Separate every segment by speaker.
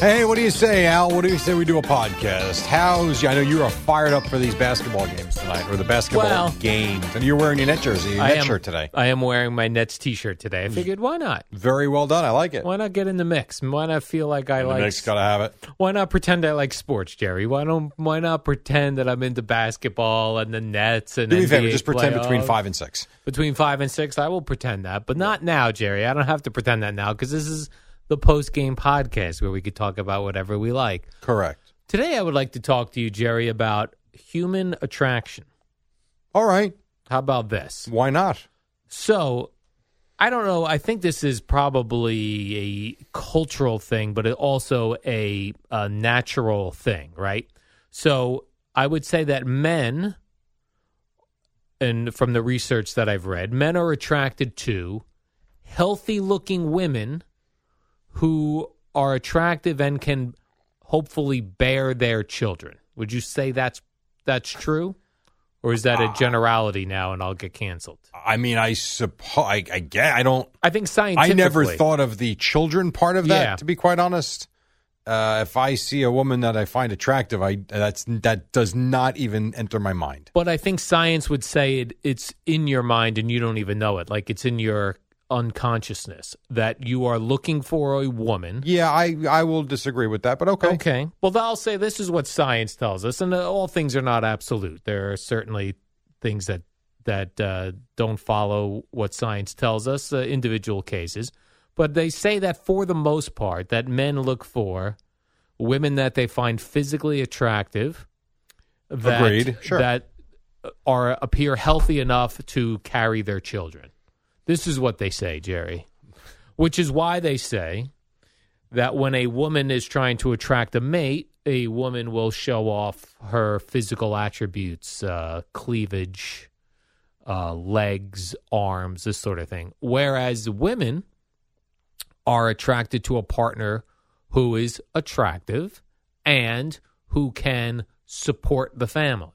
Speaker 1: Hey, what do you say, Al? What do you say we do a podcast? How's I know you are fired up for these basketball games tonight, or the basketball
Speaker 2: Well-
Speaker 1: games, and you're wearing your net jersey, your
Speaker 2: I
Speaker 1: net
Speaker 2: am,
Speaker 1: shirt today. Hmm.
Speaker 2: I am wearing my Nets t-shirt today. I figured, why not?
Speaker 1: Very well done. I like it.
Speaker 2: Why not get in the mix? Why not feel like I
Speaker 1: the
Speaker 2: like?
Speaker 1: Knicks gotta have it.
Speaker 2: Why not pretend I like sports, Jerry? Why don't? Why not pretend that I'm into basketball and the Nets and
Speaker 1: Do me a
Speaker 2: NBA
Speaker 1: favor, just pretend between
Speaker 2: playoffs?
Speaker 1: five and six.
Speaker 2: between five and six. I will pretend that, but not now, Jerry. I don't have to pretend that now because this is the post game podcast where we could talk about whatever we like.
Speaker 1: Correct.
Speaker 2: Today, I would like to talk to you, Jerry, about human attraction.
Speaker 1: All right.
Speaker 2: How about this?
Speaker 1: Why not?
Speaker 2: So, I don't know. I think this is probably a cultural thing, but it also a, a natural thing, right? So, I would say that men, and from the research that I've read, men are attracted to healthy looking women who are attractive and can hopefully bear their children. Would you say that's that's true? Or is that a generality now and I'll get canceled?
Speaker 1: I mean, I suppose. I, I guess I don't.
Speaker 2: I think
Speaker 1: I
Speaker 2: scientifically.
Speaker 1: never thought of the children part of that.
Speaker 2: Yeah.
Speaker 1: To be quite honest, uh, if I see a woman that I find attractive, I that's that does not even enter my mind.
Speaker 2: But I think science would say it, it's in your mind and you don't even know it. Like it's in your unconsciousness that you are looking for a woman.
Speaker 1: Yeah, I I will disagree with that, but okay.
Speaker 2: Okay. Well, I'll say this is what science tells us, and uh, all things are not absolute. There are certainly things that that uh, don't follow what science tells us. Uh, individual cases, but they say that for the most part, that men look for women that they find physically attractive. That,
Speaker 1: Agreed. Sure.
Speaker 2: That uh, are appear healthy enough to carry their children. This is what they say, Jerry. Which is why they say that when a woman is trying to attract a mate, a woman will show off her physical attributes, uh, cleavage, uh, legs, arms, this sort of thing. Whereas women are attracted to a partner who is attractive and who can support the family,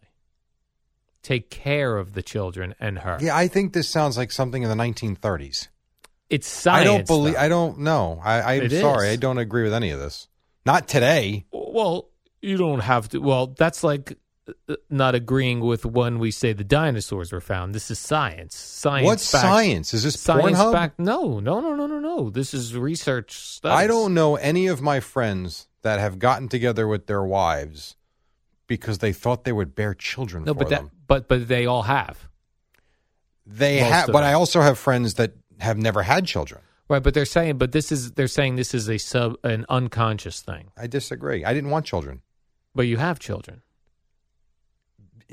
Speaker 2: take care of the children and her.
Speaker 1: Yeah, I think this sounds like something in the 1930s.
Speaker 2: It's science.
Speaker 1: I don't believe.
Speaker 2: though.
Speaker 1: I don't know. I, I'm
Speaker 2: It is.
Speaker 1: sorry. I don't agree with any of this. Not today.
Speaker 2: Well, you don't have to. Well, that's like uh, not agreeing with when we say the dinosaurs were found. This is science. Science.
Speaker 1: What's
Speaker 2: back-
Speaker 1: science? Is this
Speaker 2: Science
Speaker 1: Pornhub?
Speaker 2: back? No, no, no, no, no, no. This is research stuff.
Speaker 1: I don't know any of my friends that have gotten together with their wives because they thought they would bear children
Speaker 2: No,
Speaker 1: for
Speaker 2: but that,
Speaker 1: them.
Speaker 2: but but they all have
Speaker 1: They
Speaker 2: Most
Speaker 1: have,
Speaker 2: of
Speaker 1: but
Speaker 2: them.
Speaker 1: I also have friends that have never had children.
Speaker 2: right. But they're saying, but this is they're saying this is a sub an unconscious thing.
Speaker 1: I disagree. I didn't want children
Speaker 2: But you have children.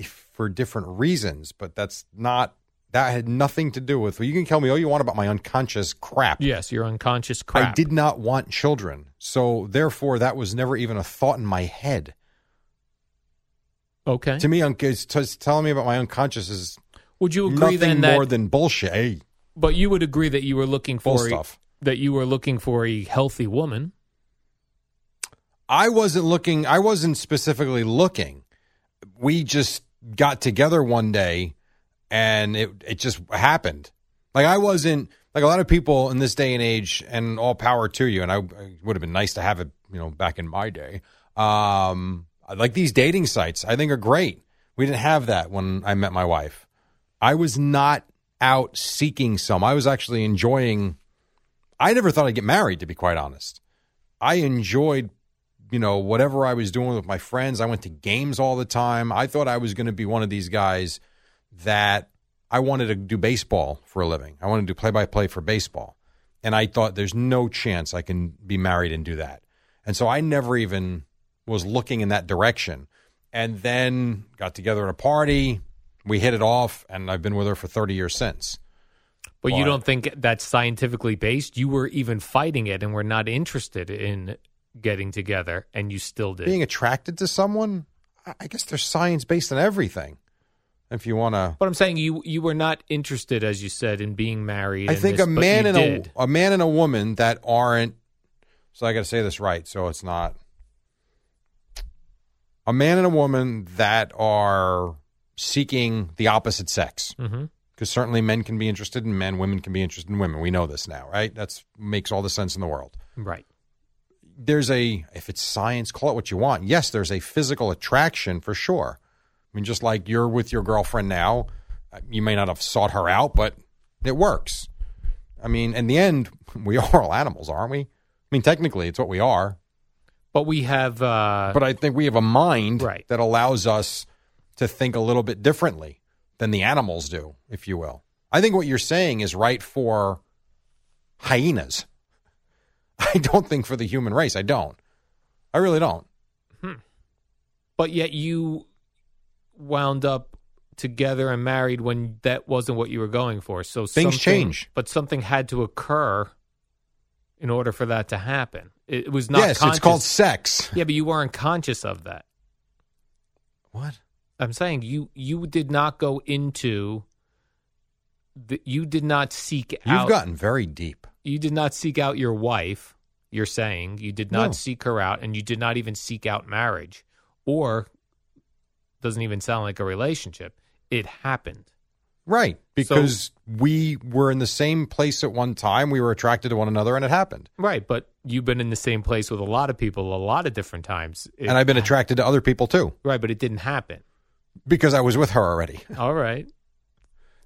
Speaker 1: for different reasons, but that's not that had nothing to do with. Well, you can tell me all you want about my unconscious crap.
Speaker 2: Yes, your unconscious crap.
Speaker 1: I did not want children, so therefore that was never even a thought in my head.
Speaker 2: Okay.
Speaker 1: To me, un- it's just telling me about my unconscious is
Speaker 2: Would you agree
Speaker 1: nothing
Speaker 2: then that?
Speaker 1: more than bullshit. Hey,
Speaker 2: but you would agree that you were looking
Speaker 1: bull
Speaker 2: for a-
Speaker 1: stuff.
Speaker 2: that you were looking for a healthy woman.
Speaker 1: I wasn't looking. I wasn't specifically looking. We just got together one day, and it it just happened. Like I wasn't like a lot of people in this day and age, and all power to you. And I it would have been nice to have it, you know, back in my day. Um, like these dating sites, I think are great. We didn't have that when I met my wife. I was not out seeking some. I was actually enjoying. I never thought I'd get married, to be quite honest. I enjoyed you know, whatever I was doing with my friends. I went to games all the time. I thought I was going to be one of these guys that I wanted to do baseball for a living. I wanted to do play by play for baseball. And I thought there's no chance I can be married and do that. And so I never even was looking in that direction. And then got together at a party. We hit it off, and I've been with her for 30 years since.
Speaker 2: But you
Speaker 1: Why?
Speaker 2: don't think that's scientifically based? You were even fighting it and were not interested in getting together, and you still did.
Speaker 1: Being attracted to someone, I- I guess there's science based on everything. If you want to
Speaker 2: but I'm saying you you were not interested, as you said, in being married.
Speaker 1: I
Speaker 2: and
Speaker 1: think
Speaker 2: this,
Speaker 1: a
Speaker 2: but
Speaker 1: man
Speaker 2: you
Speaker 1: and
Speaker 2: did.
Speaker 1: a, a man and a woman that aren't. So I got to say this right, so it's not a man and a woman that are seeking the opposite sex.
Speaker 2: Mhm.
Speaker 1: Because certainly men can be interested in men, women can be interested in women. We know this now, right? That's makes all the sense in the world.
Speaker 2: right.
Speaker 1: There's a if it's science, call it what you want. Yes, there's a physical attraction for sure. I mean, just like you're with your girlfriend now, uh, you may not have sought her out, but it works. I mean, in the end, we are all animals, aren't we? I mean, technically, it's what we are,
Speaker 2: But we have uh,
Speaker 1: but I think we have a mind
Speaker 2: Right.
Speaker 1: that allows us to think a little bit differently than the animals do, if you will. I think what you're saying is right for hyenas. I don't think for the human race. I don't. I really don't.
Speaker 2: but yet you wound up together and married when that wasn't what you were going for. So
Speaker 1: Things
Speaker 2: something-
Speaker 1: change.
Speaker 2: but something had to occur in order for that to happen. It, it was not.
Speaker 1: yes,
Speaker 2: conscious.
Speaker 1: it's called sex.
Speaker 2: Yeah, but you weren't conscious of that.
Speaker 1: What?
Speaker 2: I'm saying you you did not go into. The, you did not seek
Speaker 1: You've
Speaker 2: out.
Speaker 1: gotten very deep.
Speaker 2: you did not seek out your wife. You're saying you did not
Speaker 1: No.
Speaker 2: seek her out, and you did not even seek out marriage, or doesn't even sound like a relationship. It happened.
Speaker 1: Right. Because we were in the same place at one time. We were attracted to one another and it happened.
Speaker 2: Right, but you've been in the same place with a lot of people a lot of different times. It-
Speaker 1: and I've been attracted to other people too
Speaker 2: right, but it didn't happen.
Speaker 1: because I was with her already.
Speaker 2: All right.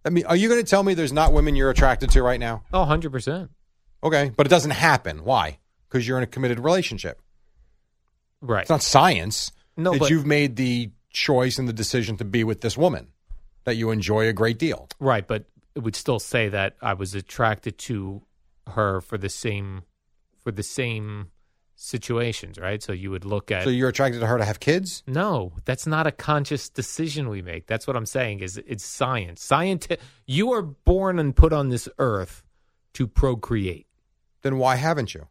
Speaker 1: I mean, are you going to tell me there's not women you're attracted to right now?
Speaker 2: Oh, 100%.
Speaker 1: Okay. But it doesn't happen. Why? Because you're in a committed relationship.
Speaker 2: Right.
Speaker 1: It's not science
Speaker 2: No,
Speaker 1: that
Speaker 2: but-
Speaker 1: you've made the choice and the decision to be with this woman that you enjoy a great deal.
Speaker 2: right, but it would still say that I was attracted to her for the same for the same situations, right? So you would look at
Speaker 1: So you're attracted to her to have kids?
Speaker 2: No, that's not a conscious decision we make. That's what I'm saying is it's science. Scienti- you are born and put on this earth to procreate.
Speaker 1: Then why haven't you?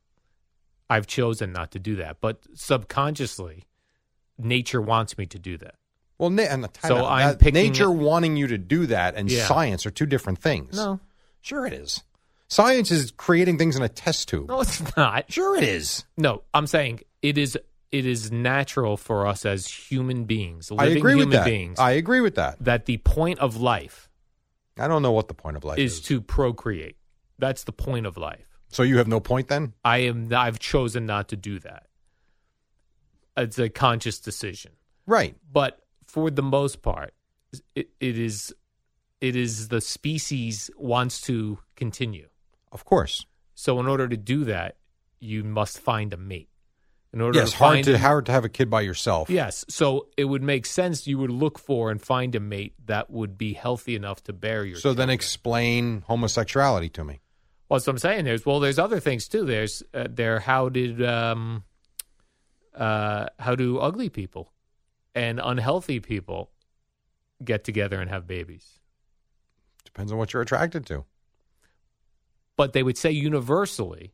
Speaker 2: I've chosen not to do that, but subconsciously nature wants me to do that.
Speaker 1: Well, na- and the time
Speaker 2: So
Speaker 1: out,
Speaker 2: I'm
Speaker 1: that-
Speaker 2: picking-
Speaker 1: nature wanting you to do that and
Speaker 2: Yeah.
Speaker 1: science are two different things. Sure it is. Science is creating things in a test tube.
Speaker 2: No, it's not.
Speaker 1: Sure it is.
Speaker 2: No, I'm saying it is it is natural for us as human beings,
Speaker 1: I
Speaker 2: living
Speaker 1: agree
Speaker 2: human
Speaker 1: with that.
Speaker 2: beings,
Speaker 1: I agree with that.
Speaker 2: that the point of life
Speaker 1: I don't know what the point of life
Speaker 2: is
Speaker 1: is.
Speaker 2: to procreate. That's the point of life.
Speaker 1: so you have no point then?
Speaker 2: I am I've chosen not to do that. It's a conscious decision.
Speaker 1: Right.
Speaker 2: But for the most part, it, it is it is the species wants to continue.
Speaker 1: Of course.
Speaker 2: So in order to do that, you must find a mate. In order
Speaker 1: Yes,
Speaker 2: to
Speaker 1: hard
Speaker 2: find
Speaker 1: to
Speaker 2: a-
Speaker 1: hard to have a kid by yourself.
Speaker 2: Yes, so it would make sense you would look for and find a mate that would be healthy enough to bear your.
Speaker 1: So then
Speaker 2: children.
Speaker 1: explain homosexuality to me.
Speaker 2: Well, that's what I'm saying. There's well, there's other things too. There's uh, there. How did um, uh, how do ugly people and unhealthy people get together and have babies?
Speaker 1: Depends on what you're attracted to.
Speaker 2: But they would say universally,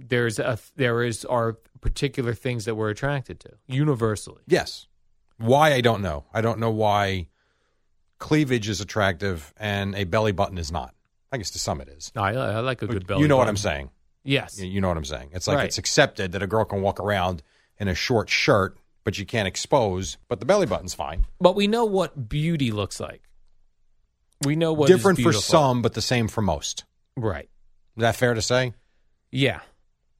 Speaker 2: there's a there is are particular things that we're attracted to universally.
Speaker 1: Yes. Why I don't know. I don't know why cleavage is attractive and a belly button is not. I guess to some it is.
Speaker 2: I, I like a good belly.
Speaker 1: you know what I'm
Speaker 2: button.
Speaker 1: saying.
Speaker 2: Yes.
Speaker 1: You- You know what I'm saying? It's like
Speaker 2: Right.
Speaker 1: it's accepted that a girl can walk around in a short shirt, but you can't expose, but the belly button's fine.
Speaker 2: But we know what beauty looks like. We know what is
Speaker 1: Different for
Speaker 2: beautiful.
Speaker 1: some, but the same for most.
Speaker 2: right?
Speaker 1: Is that fair to say?
Speaker 2: Yeah.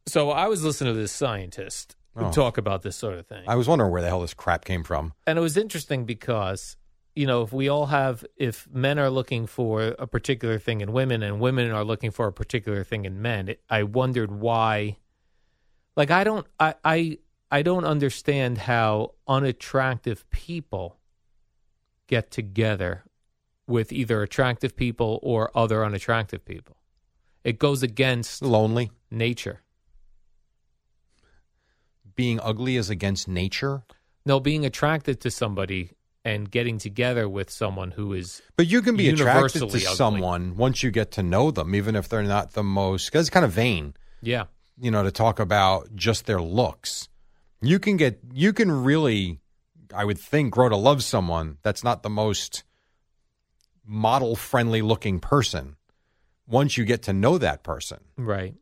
Speaker 2: So I was listening to this scientist
Speaker 1: Oh.
Speaker 2: talk about this sort of thing.
Speaker 1: I was wondering where the hell this crap came from.
Speaker 2: and it was interesting because, you know, if we all have, if men are looking for a particular thing in women and women are looking for a particular thing in men, it, I wondered why. Like, I don't, I, I, I don't understand how unattractive people get together with either attractive people or other unattractive people. It goes against
Speaker 1: Lonely.
Speaker 2: nature.
Speaker 1: Being ugly is against nature.
Speaker 2: No, being attracted to somebody and getting together with someone who is
Speaker 1: But you can be attracted to
Speaker 2: Universally ugly.
Speaker 1: someone once you get to know them, even if they're not the most. Because it's kind of vain,
Speaker 2: yeah.
Speaker 1: you know, to talk about just their looks. You can get, you can really, I would think, grow to love someone that's not the most model friendly looking person once you get to know that person.
Speaker 2: Right.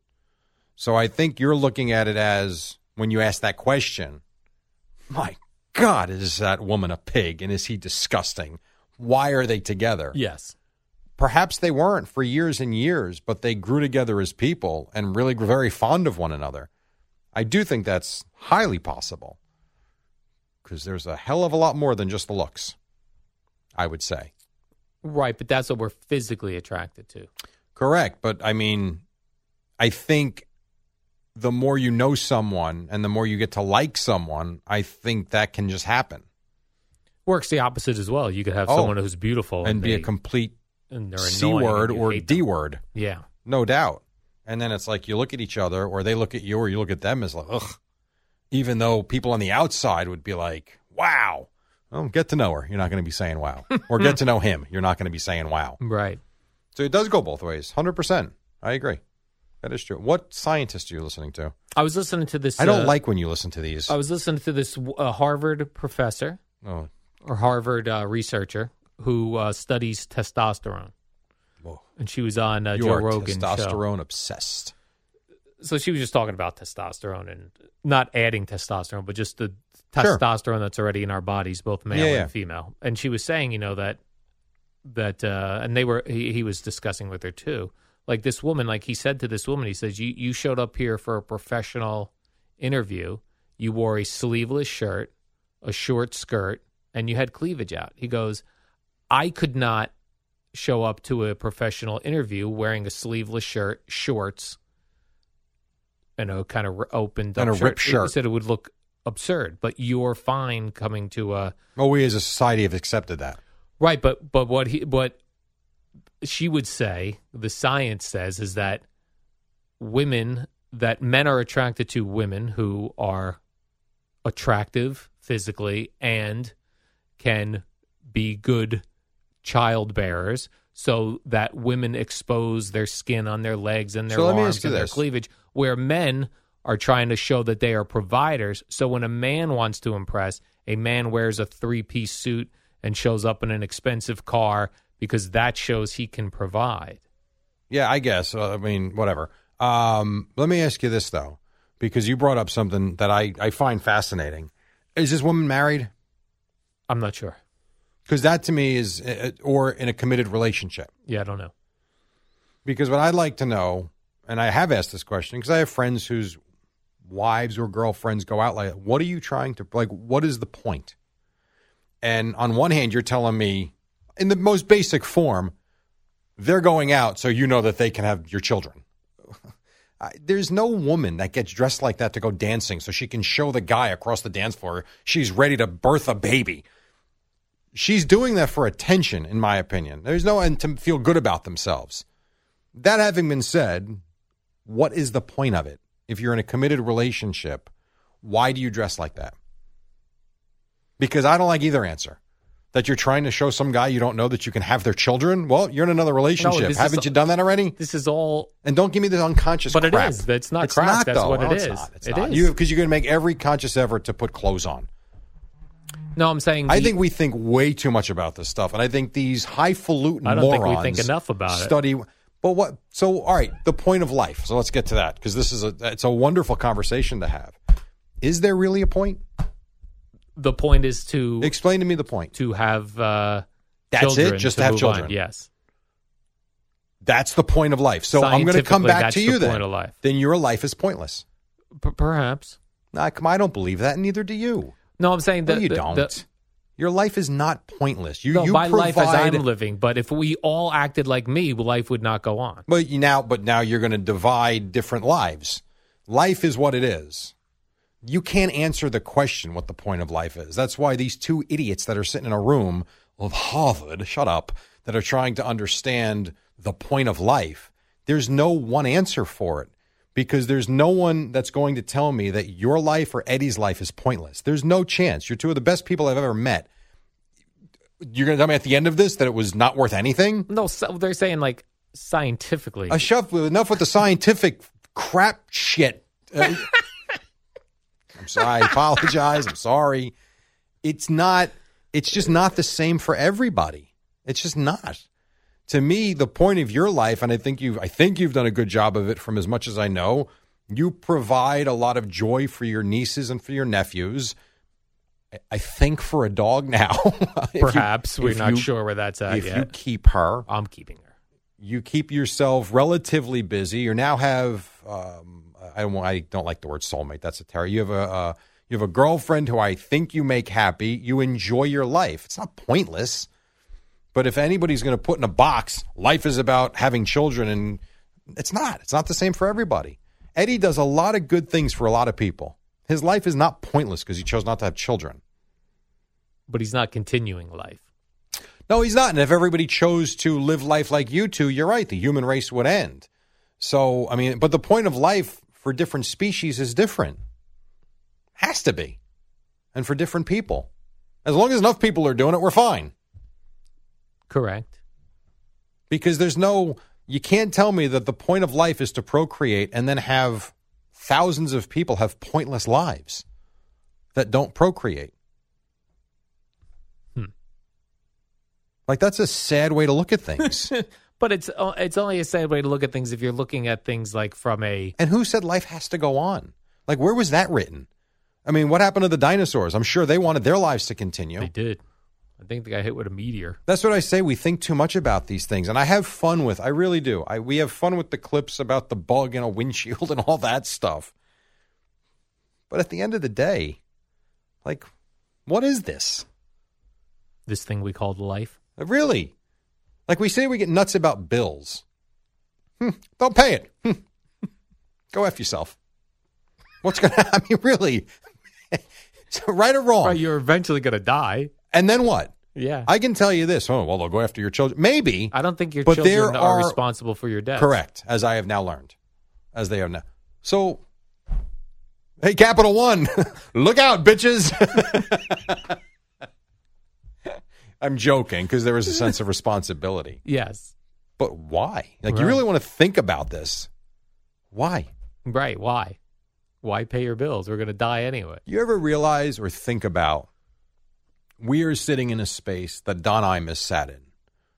Speaker 1: So I think you're looking at it as when you ask that question, my God, is that woman a pig and is he disgusting? Why are they together?
Speaker 2: Yes.
Speaker 1: Perhaps they weren't for years and years, but they grew together as people and really grew very fond of one another. I do think that's highly possible because there's a hell of a lot more than just the looks, I would say.
Speaker 2: Right, but that's what we're physically attracted to.
Speaker 1: Correct. But I mean, I think the more you know someone and the more you get to like someone, I think that can just happen
Speaker 2: Works the opposite as well. You could have
Speaker 1: Oh.
Speaker 2: someone who's beautiful
Speaker 1: and be a
Speaker 2: they-
Speaker 1: complete
Speaker 2: and they're
Speaker 1: C
Speaker 2: annoying
Speaker 1: word
Speaker 2: and you
Speaker 1: or
Speaker 2: hate
Speaker 1: D
Speaker 2: them.
Speaker 1: word,
Speaker 2: Yeah.
Speaker 1: no doubt. And then it's like you look at each other or they look at you or you look at them as like, ugh. Even though people on the outside would be like, wow. Well, get to know her. You're not going to be saying wow. or get to know him. You're not going to be saying wow.
Speaker 2: Right.
Speaker 1: So it does go both ways. 100%. I agree. That is true. What scientist are you listening to?
Speaker 2: I was listening to this
Speaker 1: I
Speaker 2: uh,
Speaker 1: don't like when you listen to these.
Speaker 2: I was listening to this uh, Harvard professor
Speaker 1: oh,
Speaker 2: or Harvard uh, researcher who uh, studies testosterone.
Speaker 1: Whoa.
Speaker 2: And she was on uh,
Speaker 1: you
Speaker 2: Joe
Speaker 1: are
Speaker 2: Rogan show.
Speaker 1: testosterone obsessed.
Speaker 2: So she was just talking about testosterone and not adding testosterone, but just the
Speaker 1: Sure.
Speaker 2: testosterone that's already in our bodies, both male
Speaker 1: Yeah,
Speaker 2: and
Speaker 1: yeah.
Speaker 2: female. And she was saying, you know, that that uh, and they were he, he was discussing with her too. Like this woman, like he said to this woman, he says, "You you showed up here for a professional interview. You wore a sleeveless shirt, a short skirt, and you had cleavage out." He goes, "I could not show up to a professional interview wearing a sleeveless shirt, shorts, and a kind of opened up
Speaker 1: And a
Speaker 2: shirt."
Speaker 1: ripped
Speaker 2: He- He
Speaker 1: shirt.
Speaker 2: said it would look absurd, but you're fine coming to a
Speaker 1: Well, Oh, we as a society have accepted that.
Speaker 2: Right, but but what he what she would say, the science says, is that women that men are attracted to women who are attractive physically and can be good child bearers so that women expose their skin on their legs and their
Speaker 1: So let me ask
Speaker 2: arms
Speaker 1: you
Speaker 2: and their
Speaker 1: this.
Speaker 2: cleavage where men are trying to show that they are providers so when a man wants to impress a man wears a three-piece suit and shows up in an expensive car because that shows he can provide
Speaker 1: Yeah, I guess. Uh, I mean, whatever. Um, let me ask you this though, because you brought up something that I, I find fascinating. Is this woman married?
Speaker 2: i'm not sure
Speaker 1: Because that to me is, uh, or in a committed relationship.
Speaker 2: yeah i don't know
Speaker 1: Because what I'd like to know, and I have asked this question, because I have friends whose wives or girlfriends go out like, what are you trying to like? What is the point? And on one hand, you're telling me, in the most basic form, they're going out so you know that they can have your children. I, there's no woman that gets dressed like that to go dancing so she can show the guy across the dance floor she's ready to birth a baby. She's doing that for attention, in my opinion. There's no and to feel good about themselves. That having been said, what is the point of it? If you're in a committed relationship, why do you dress like that? Because I don't like either answer. That you're trying to show some guy you don't know that you can have their children. Well, you're in another relationship.
Speaker 2: this is
Speaker 1: Haven't
Speaker 2: a-
Speaker 1: you done that already?
Speaker 2: this is all
Speaker 1: And don't give me this unconscious
Speaker 2: But it
Speaker 1: crap.
Speaker 2: is. That's not crap. That's
Speaker 1: though.
Speaker 2: what it
Speaker 1: No, it's
Speaker 2: is.
Speaker 1: Not. It's
Speaker 2: It
Speaker 1: not.
Speaker 2: is.
Speaker 1: You because you're going to make every conscious effort to put clothes on.
Speaker 2: no i'm saying
Speaker 1: I
Speaker 2: the-
Speaker 1: think we think way too much about this stuff, and I think these highfalutin
Speaker 2: I don't think we
Speaker 1: morons
Speaker 2: think enough about it.
Speaker 1: study, But what? So all right, the point of life. So let's get to that because this is a it's a wonderful conversation to have. Is there really a point?
Speaker 2: the point is to
Speaker 1: Explain to me the point.
Speaker 2: to have uh,
Speaker 1: That's
Speaker 2: children
Speaker 1: it. Just to have
Speaker 2: move on.
Speaker 1: children.
Speaker 2: Yes,
Speaker 1: That's the point of life. So I'm going to come
Speaker 2: Scientifically,
Speaker 1: back
Speaker 2: that's
Speaker 1: to
Speaker 2: the
Speaker 1: you then.
Speaker 2: point of life.
Speaker 1: Then your life is pointless.
Speaker 2: P- perhaps.
Speaker 1: Nah, come on, I don't believe that, and neither do you.
Speaker 2: No, I'm saying that
Speaker 1: No, you
Speaker 2: the-
Speaker 1: don't.
Speaker 2: the-
Speaker 1: Your life is not pointless. You,
Speaker 2: no,
Speaker 1: you
Speaker 2: my
Speaker 1: provide,
Speaker 2: life as I'm living, but if we all acted like me, life would not go on.
Speaker 1: But you now, but now you're going to divide different lives. Life is what it is. You can't answer the question what the point of life is. That's why these two idiots that are sitting in a room of Harvard, shut up, that are trying to understand the point of life, there's no one answer for it because there's no one that's going to tell me that your life or Eddie's life is pointless. There's no chance. You're two of the best people I've ever met. You're going to tell me at the end of this that it was not worth anything?
Speaker 2: No, so they're saying like scientifically.
Speaker 1: A shove enough with the scientific crap shit. Uh, I'm sorry. I apologize. I'm sorry. It's not. It's just not the same for everybody. It's just not. To me, the point of your life, and I think you've, I think you've done a good job of it. From as much as I know, you provide a lot of joy for your nieces and for your nephews. I- I think for a dog now, If you-
Speaker 2: perhaps we're
Speaker 1: if
Speaker 2: not
Speaker 1: you-
Speaker 2: sure where that's at
Speaker 1: If
Speaker 2: yet.
Speaker 1: you keep her,
Speaker 2: I'm keeping her.
Speaker 1: you keep yourself relatively busy. You now have um, I don't I don't like the word soulmate. That's a terror. You have a uh, you have a girlfriend who I think you make happy. You enjoy your life. It's not pointless. But if anybody's going to put in a box, life is about having children, and it's not. It's not the same for everybody. Eddie does a lot of good things for a lot of people. His life is not pointless because he chose not to have children.
Speaker 2: But he's not continuing life.
Speaker 1: No, he's not. And if everybody chose to live life like you two, you're right. The human race would end. So, I mean, but the point of life for different species is different. Has to be. And for different people. As long as enough people are doing it, we're fine.
Speaker 2: Correct.
Speaker 1: Because there's no, you can't tell me that the point of life is to procreate and then have thousands of people have pointless lives that don't procreate.
Speaker 2: Hmm.
Speaker 1: Like, that's a sad way to look at things.
Speaker 2: But it's o- it's only a sad way to look at things if you're looking at things like from a
Speaker 1: And who said life has to go on? Like, where was that written? I mean, what happened to the dinosaurs? I'm sure they wanted their lives to continue.
Speaker 2: they did. I think they got hit with a meteor.
Speaker 1: That's what I say. We think too much about these things, and I have fun with. I really do. I we have fun with the clips about the bug and a windshield and all that stuff. But at the end of the day, like, what is this?
Speaker 2: This thing we called life.
Speaker 1: Uh, Really? Like we say, we get nuts about bills. Hmm, don't pay it. Hmm. Go f yourself. What's gonna? I mean, really? so right or wrong?
Speaker 2: Right, you're eventually going to die.
Speaker 1: and then what?
Speaker 2: Yeah. I,
Speaker 1: Oh. I can tell you this. Oh, well, they'll go after your children. Maybe
Speaker 2: don't think your
Speaker 1: But
Speaker 2: children
Speaker 1: there
Speaker 2: are,
Speaker 1: are-
Speaker 2: responsible for your death.
Speaker 1: correct, as I have now learned, as they are now. So, hey, Capital One, look out, bitches. I'm joking because there is a sense of responsibility.
Speaker 2: Yes.
Speaker 1: But why? Like,
Speaker 2: Right.
Speaker 1: you really want to think about this. Why?
Speaker 2: Right. Why? Why pay your bills? We're going to die anyway.
Speaker 1: You ever realize or think about we are sitting in a space that Don Imus sat in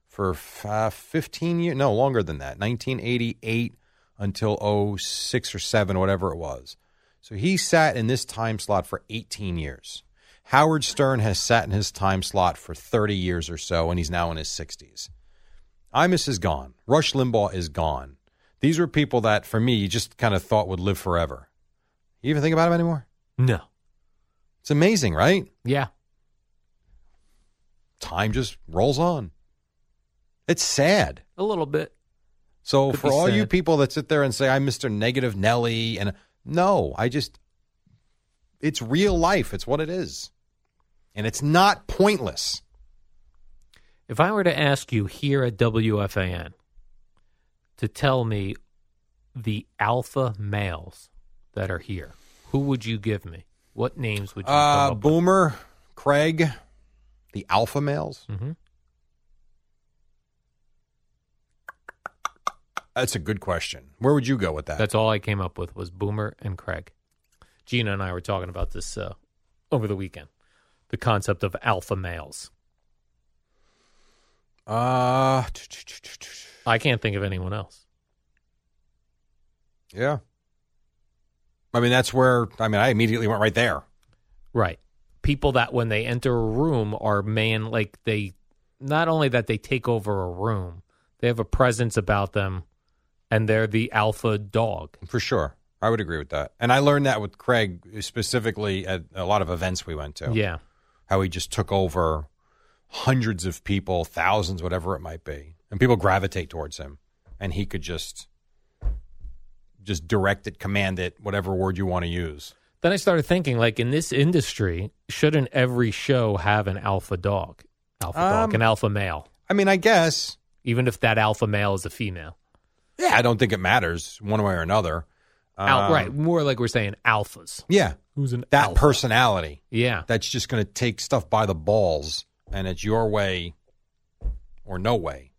Speaker 1: for f- uh, 15 years, no, longer than that, 1988 until 06 or 7, whatever it was. So he sat in this time slot for 18 years. Howard Stern has sat in his time slot for 30 years or so, and he's now in his 60s. Imus is gone. Rush Limbaugh is gone. These were people that, for me, you just kind of thought would live forever. You even think about them anymore?
Speaker 2: No.
Speaker 1: It's amazing, right?
Speaker 2: Yeah.
Speaker 1: Time just rolls on. It's sad.
Speaker 2: A little bit.
Speaker 1: So
Speaker 2: Could
Speaker 1: for
Speaker 2: be
Speaker 1: all you
Speaker 2: sad.
Speaker 1: people that sit there and say I'm Mr. Negative Nelly and no, I just it's real life. It's what it is. And it's not pointless.
Speaker 2: If I were to ask you here at WFAN to tell me the alpha males that are here, who would you give me? What names would you come
Speaker 1: Uh
Speaker 2: up
Speaker 1: Boomer, Craig, the alpha males.
Speaker 2: with? Mhm.
Speaker 1: That's a good question. Where would you go with that?
Speaker 2: That's all I came up with was Boomer and Craig. Gina and I were talking about this uh, over the weekend. The concept of alpha males.
Speaker 1: uh
Speaker 2: I can't think of anyone else.
Speaker 1: yeah. I mean, that's where I mean, I immediately went right there.
Speaker 2: Right. People that when they enter a room are man like they not only that they take over a room, they have a presence about them and they're the alpha dog.
Speaker 1: For sure. I would agree with that. And I learned that with Craig specifically at a lot of events we went to.
Speaker 2: Yeah.
Speaker 1: How he just took over hundreds of people, thousands, whatever it might be. And people gravitate towards him. And he could just just direct it, command it, whatever word you want to use.
Speaker 2: Then I started thinking like in this industry, shouldn't every show have an alpha dog? Alpha
Speaker 1: Um,
Speaker 2: dog, an alpha male,
Speaker 1: I mean, I guess.
Speaker 2: even if that alpha male is a female.
Speaker 1: Yeah, I don't think it matters one way or another.
Speaker 2: Al-
Speaker 1: Um,
Speaker 2: right, more like we're saying alphas.
Speaker 1: Yeah,
Speaker 2: Who's an
Speaker 1: that
Speaker 2: alpha?
Speaker 1: personality
Speaker 2: Yeah,
Speaker 1: that's just going to take stuff by the balls, and it's your way or no way.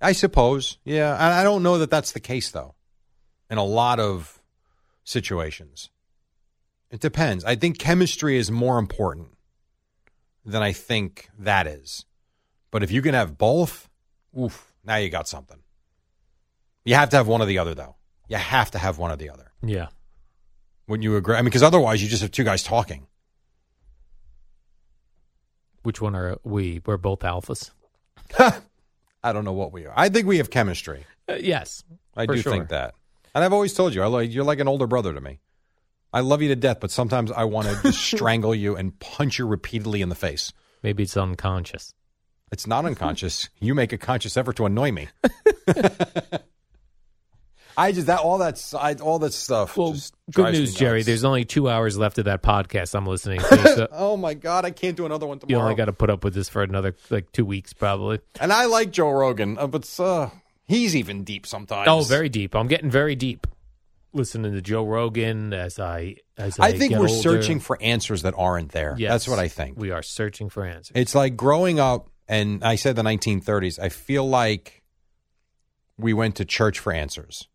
Speaker 1: I suppose. Yeah, I, I don't know that that's the case though. In a lot of situations, it depends. I think chemistry is more important than I think that is. But if you can have both, oof, now you got something. You have to have one or the other though. You have to have one or the other.
Speaker 2: yeah.
Speaker 1: Wouldn't you agree? I mean, because otherwise you just have two guys talking.
Speaker 2: Which one are we? We're both alphas.
Speaker 1: I don't know what we are. I think we have chemistry.
Speaker 2: Uh, yes,
Speaker 1: I
Speaker 2: For
Speaker 1: do
Speaker 2: sure.
Speaker 1: think that. And I've always told you, I like, you're like an older brother to me. I love you to death, but sometimes I want to just strangle you and punch you repeatedly in the face.
Speaker 2: maybe it's unconscious.
Speaker 1: It's not unconscious. you make a conscious effort to annoy me. I just that all that side, all that stuff.
Speaker 2: Well,
Speaker 1: just
Speaker 2: good
Speaker 1: drives me
Speaker 2: news, Jerry.
Speaker 1: nuts.
Speaker 2: There's only two hours left of that podcast I'm listening to, so
Speaker 1: oh my god, I can't do another one
Speaker 2: you
Speaker 1: tomorrow.
Speaker 2: only got to put up with this for another like two weeks, probably.
Speaker 1: and I like Joe Rogan, uh, but uh, he's even deep sometimes.
Speaker 2: Oh, very deep. I'm getting very deep. Listening to Joe Rogan as I as I,
Speaker 1: I think
Speaker 2: get
Speaker 1: we're
Speaker 2: older.
Speaker 1: searching for answers that aren't there.
Speaker 2: Yes,
Speaker 1: That's what I think.
Speaker 2: We are searching for answers.
Speaker 1: It's like growing up, and I said the 1930s. I feel like we went to church for answers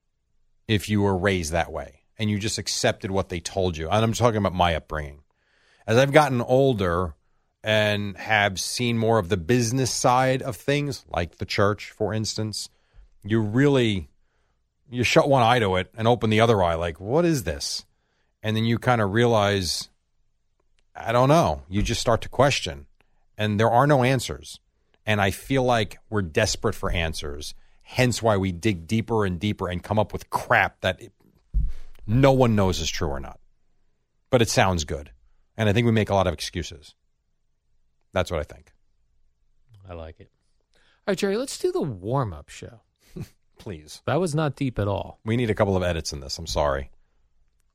Speaker 1: if you were raised that way and you just accepted what they told you. And I'm talking about my upbringing. As I've gotten older and have seen more of the business side of things, like the church, for instance, you really you shut one eye to it and open the other eye like what is this and then you kind of realize i don't know you just start to question and there are no answers. And I feel like we're desperate for answers, hence why we dig deeper and deeper and come up with crap that no one knows is true or not. But it sounds good. And I think we make a lot of excuses. That's what I think.
Speaker 2: I like it. All right, Jerry. Let's do the warm up show.
Speaker 1: Please.
Speaker 2: That was not deep at all.
Speaker 1: We need a couple of edits in this. I'm sorry.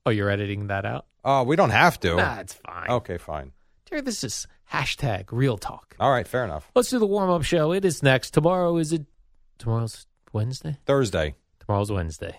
Speaker 2: Oh, you're editing that out?
Speaker 1: Uh, we don't have to.
Speaker 2: Nah, it's fine.
Speaker 1: Okay, fine.
Speaker 2: Jerry, this is hashtag real talk.
Speaker 1: All right, fair enough.
Speaker 2: Let's do the warm up show. It is next. Tomorrow is it? Tomorrow's Wednesday?
Speaker 1: Thursday.
Speaker 2: Tomorrow's Wednesday.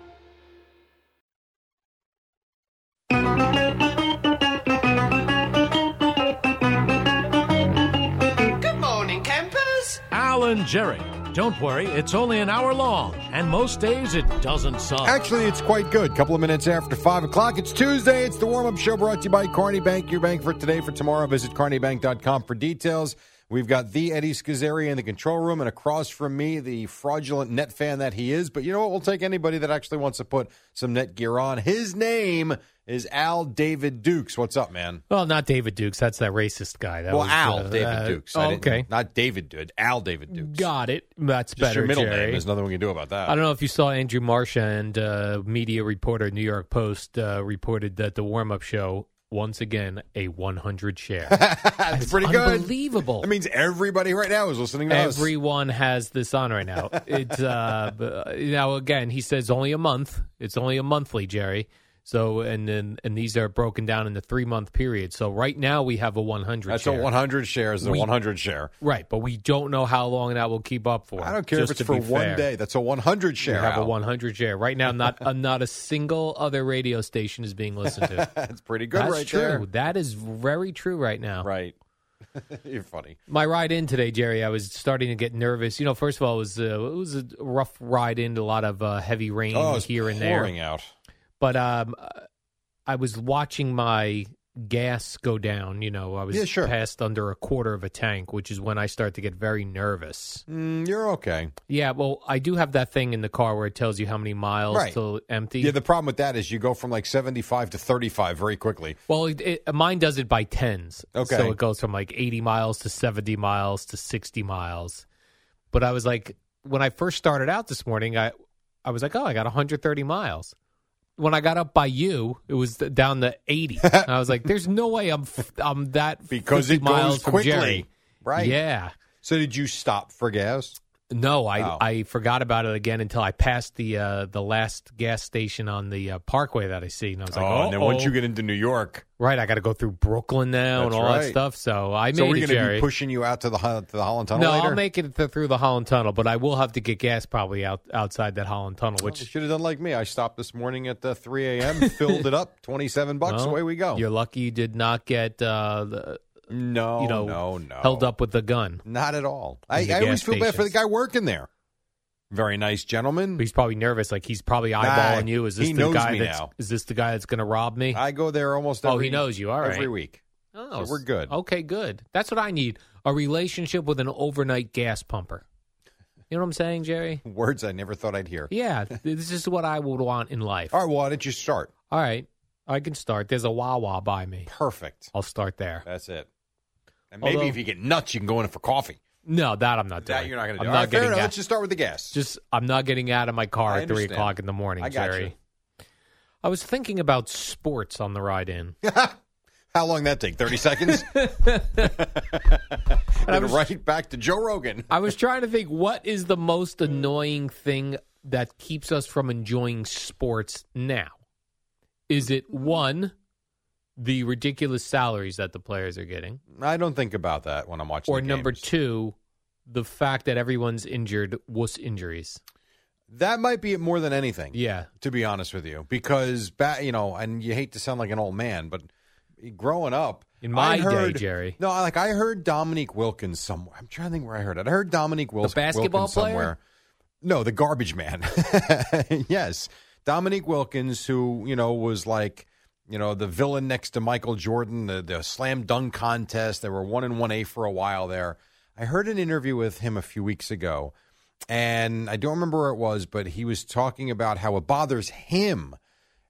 Speaker 3: Alan Jerry. Don't worry, it's only an hour long, and most days it doesn't suck.
Speaker 1: Actually, it's quite good. Couple of minutes after five o'clock. It's Tuesday. It's the warm-up show brought to you by Carney Bank. Your bank for today, for tomorrow. Visit carneybank.com for details. We've got the Eddie Scazzeri in the control room, and across from me, the fraudulent net fan that he is. But you know what? We'll take anybody that actually wants to put some net gear on. His name is Al David Dukes. What's up, man?
Speaker 2: Well, not David Dukes. That's that racist guy. That
Speaker 1: well,
Speaker 2: was,
Speaker 1: Al
Speaker 2: uh,
Speaker 1: David
Speaker 2: uh,
Speaker 1: Dukes. I
Speaker 2: oh,
Speaker 1: didn't-
Speaker 2: okay.
Speaker 1: not David Dukes. Al David Dukes.
Speaker 2: Got it. That's
Speaker 1: Just
Speaker 2: better,
Speaker 1: your middle name.
Speaker 2: Jerry.
Speaker 1: There's nothing we can do about that.
Speaker 2: I don't know if you saw Andrew Marchand, uh, media reporter, New York Post, uh, reported that the warm up show, once again, a 100 share.
Speaker 1: That's pretty good.
Speaker 2: Unbelievable.
Speaker 1: That means everybody right now is listening to us.
Speaker 2: Everyone has this on right now. It's uh, b- now again. He says only a month. It's only a monthly, Jerry. So and then and these are broken down into three month periods. So right now we have a one hundred.
Speaker 1: That's a 100 shares, a
Speaker 2: We-
Speaker 1: 100 share.
Speaker 2: Right, but we don't know how long that will keep up for.
Speaker 1: I don't care
Speaker 2: just
Speaker 1: if it's
Speaker 2: to be
Speaker 1: for one
Speaker 2: fair.
Speaker 1: day. That's a 100
Speaker 2: We
Speaker 1: share.
Speaker 2: have a
Speaker 1: Al.
Speaker 2: 100 share right now. Not uh, not a single other radio station is being listened to.
Speaker 1: That's pretty good
Speaker 2: That's
Speaker 1: right
Speaker 2: true.
Speaker 1: there.
Speaker 2: That is very true right now.
Speaker 1: Right. You're funny.
Speaker 2: My ride in today, Jerry, I was starting to get nervous. You know, first of all, it was uh, it was a rough ride in, a lot of uh, heavy rain
Speaker 1: oh, it's
Speaker 2: here and
Speaker 1: pouring
Speaker 2: there.
Speaker 1: out.
Speaker 2: But um, I was uh, watching my gas go down, you know, I was
Speaker 1: Yeah, sure.
Speaker 2: passed under a quarter of a tank, which is when I start to get very nervous.
Speaker 1: Mm, you're okay.
Speaker 2: Yeah, well, I do have that thing in the car where it tells you how many miles
Speaker 1: Right.
Speaker 2: till empty.
Speaker 1: Yeah, the problem with that is you go from like 75 to 35 very quickly.
Speaker 2: well, it, it, mine does it by tens.
Speaker 1: Okay.
Speaker 2: So it goes from like 80 miles to 70 miles to 60 miles. But I was like, when I first started out this morning, I, I was like, oh, I got 130 miles. When I got up by you, it was th- down to 80. I was like, there's no way I'm f- I'm that
Speaker 1: Because
Speaker 2: 50
Speaker 1: it goes
Speaker 2: miles from
Speaker 1: quickly.
Speaker 2: Jerry.
Speaker 1: Right.
Speaker 2: Yeah.
Speaker 1: So did you stop for gas?
Speaker 2: No, I,
Speaker 1: Oh.
Speaker 2: I forgot about it again until I passed the uh, the last gas station on the uh, parkway that I see, and I was like,
Speaker 1: oh, and then once
Speaker 2: "Uh-oh."
Speaker 1: you get into New York,
Speaker 2: right, I got to go through Brooklyn now and
Speaker 1: That's
Speaker 2: all that
Speaker 1: right.
Speaker 2: stuff. So I made
Speaker 1: so we're
Speaker 2: it,
Speaker 1: gonna
Speaker 2: Jerry.
Speaker 1: be pushing you out to the Hol- to the Holland Tunnel
Speaker 2: no,
Speaker 1: later.
Speaker 2: I'll make it th- through the Holland Tunnel, but I will have to get gas probably out outside that Holland Tunnel, which
Speaker 1: should have done like me. I stopped this morning at uh, 3 a.m., filled it up, 27 bucks.
Speaker 2: well,
Speaker 1: away we go.
Speaker 2: You're lucky you did not get uh, the,
Speaker 1: no,
Speaker 2: you know
Speaker 1: Oh, no, no,
Speaker 2: held up with the gun.
Speaker 1: Not at all.
Speaker 2: In
Speaker 1: I,
Speaker 2: the
Speaker 1: I always
Speaker 2: gas
Speaker 1: feel bad for the
Speaker 2: stations.
Speaker 1: guy working there. Very nice gentleman.
Speaker 2: But he's probably nervous, like he's probably eyeballing you. Is this
Speaker 1: he
Speaker 2: the
Speaker 1: knows
Speaker 2: guy
Speaker 1: me
Speaker 2: that's
Speaker 1: now.
Speaker 2: is this the guy that's going to rob me?
Speaker 1: I go there almost.
Speaker 2: Oh,
Speaker 1: every,
Speaker 2: he knows you. All
Speaker 1: every
Speaker 2: right.
Speaker 1: week.
Speaker 2: Oh,
Speaker 1: So we're good.
Speaker 2: Okay, good. That's what I need a relationship with an overnight gas pumper. You know what I'm saying, Jerry?
Speaker 1: Words I never thought I'd hear.
Speaker 2: Yeah, th- this is what I would want in life.
Speaker 1: All right, well, why don't you start?
Speaker 2: All right, I can start. There's a Wawa by me.
Speaker 1: Perfect.
Speaker 2: I'll start there.
Speaker 1: That's it. And maybe
Speaker 2: Although-
Speaker 1: if you get nuts, you can go in for coffee.
Speaker 2: No, that I'm not doing.
Speaker 1: That you're not going to
Speaker 2: I'm
Speaker 1: do. All
Speaker 2: not
Speaker 1: right, fair
Speaker 2: getting
Speaker 1: enough.
Speaker 2: out.
Speaker 1: Let's just start with the gas.
Speaker 2: Just I'm not getting out of my car
Speaker 1: I
Speaker 2: at three
Speaker 1: understand.
Speaker 2: o'clock in the morning,
Speaker 1: I got
Speaker 2: Jerry.
Speaker 1: you.
Speaker 2: I was thinking about sports on the ride in.
Speaker 1: How long that take? Thirty seconds.
Speaker 2: I
Speaker 1: Then
Speaker 2: was-
Speaker 1: right back to Joe Rogan.
Speaker 2: I was trying to think what is the most annoying thing that keeps us from enjoying sports now? Is it one, the ridiculous salaries that the players are getting?
Speaker 1: I don't think about that when I'm watching.
Speaker 2: Or
Speaker 1: the
Speaker 2: number
Speaker 1: games.
Speaker 2: two, the fact that everyone's injured wuss injuries?
Speaker 1: that might be it more than anything.
Speaker 2: Yeah.
Speaker 1: to be honest with you, because back, you know, and you hate to sound like an old man, but growing up
Speaker 2: In my
Speaker 1: I
Speaker 2: day,
Speaker 1: heard,
Speaker 2: Jerry.
Speaker 1: No, like I heard Dominique Wilkins somewhere. I'm trying to think where I heard it. I heard Dominique Wilkins,
Speaker 2: basketball
Speaker 1: Wilkins
Speaker 2: player?
Speaker 1: somewhere. No, the garbage man. yes, Dominique Wilkins, who you know was like. You know the villain next to Michael Jordan, the, the slam dunk contest. They were one and one A for a while there. I heard an interview with him a few weeks ago, and I don't remember where it was, but he was talking about how it bothers him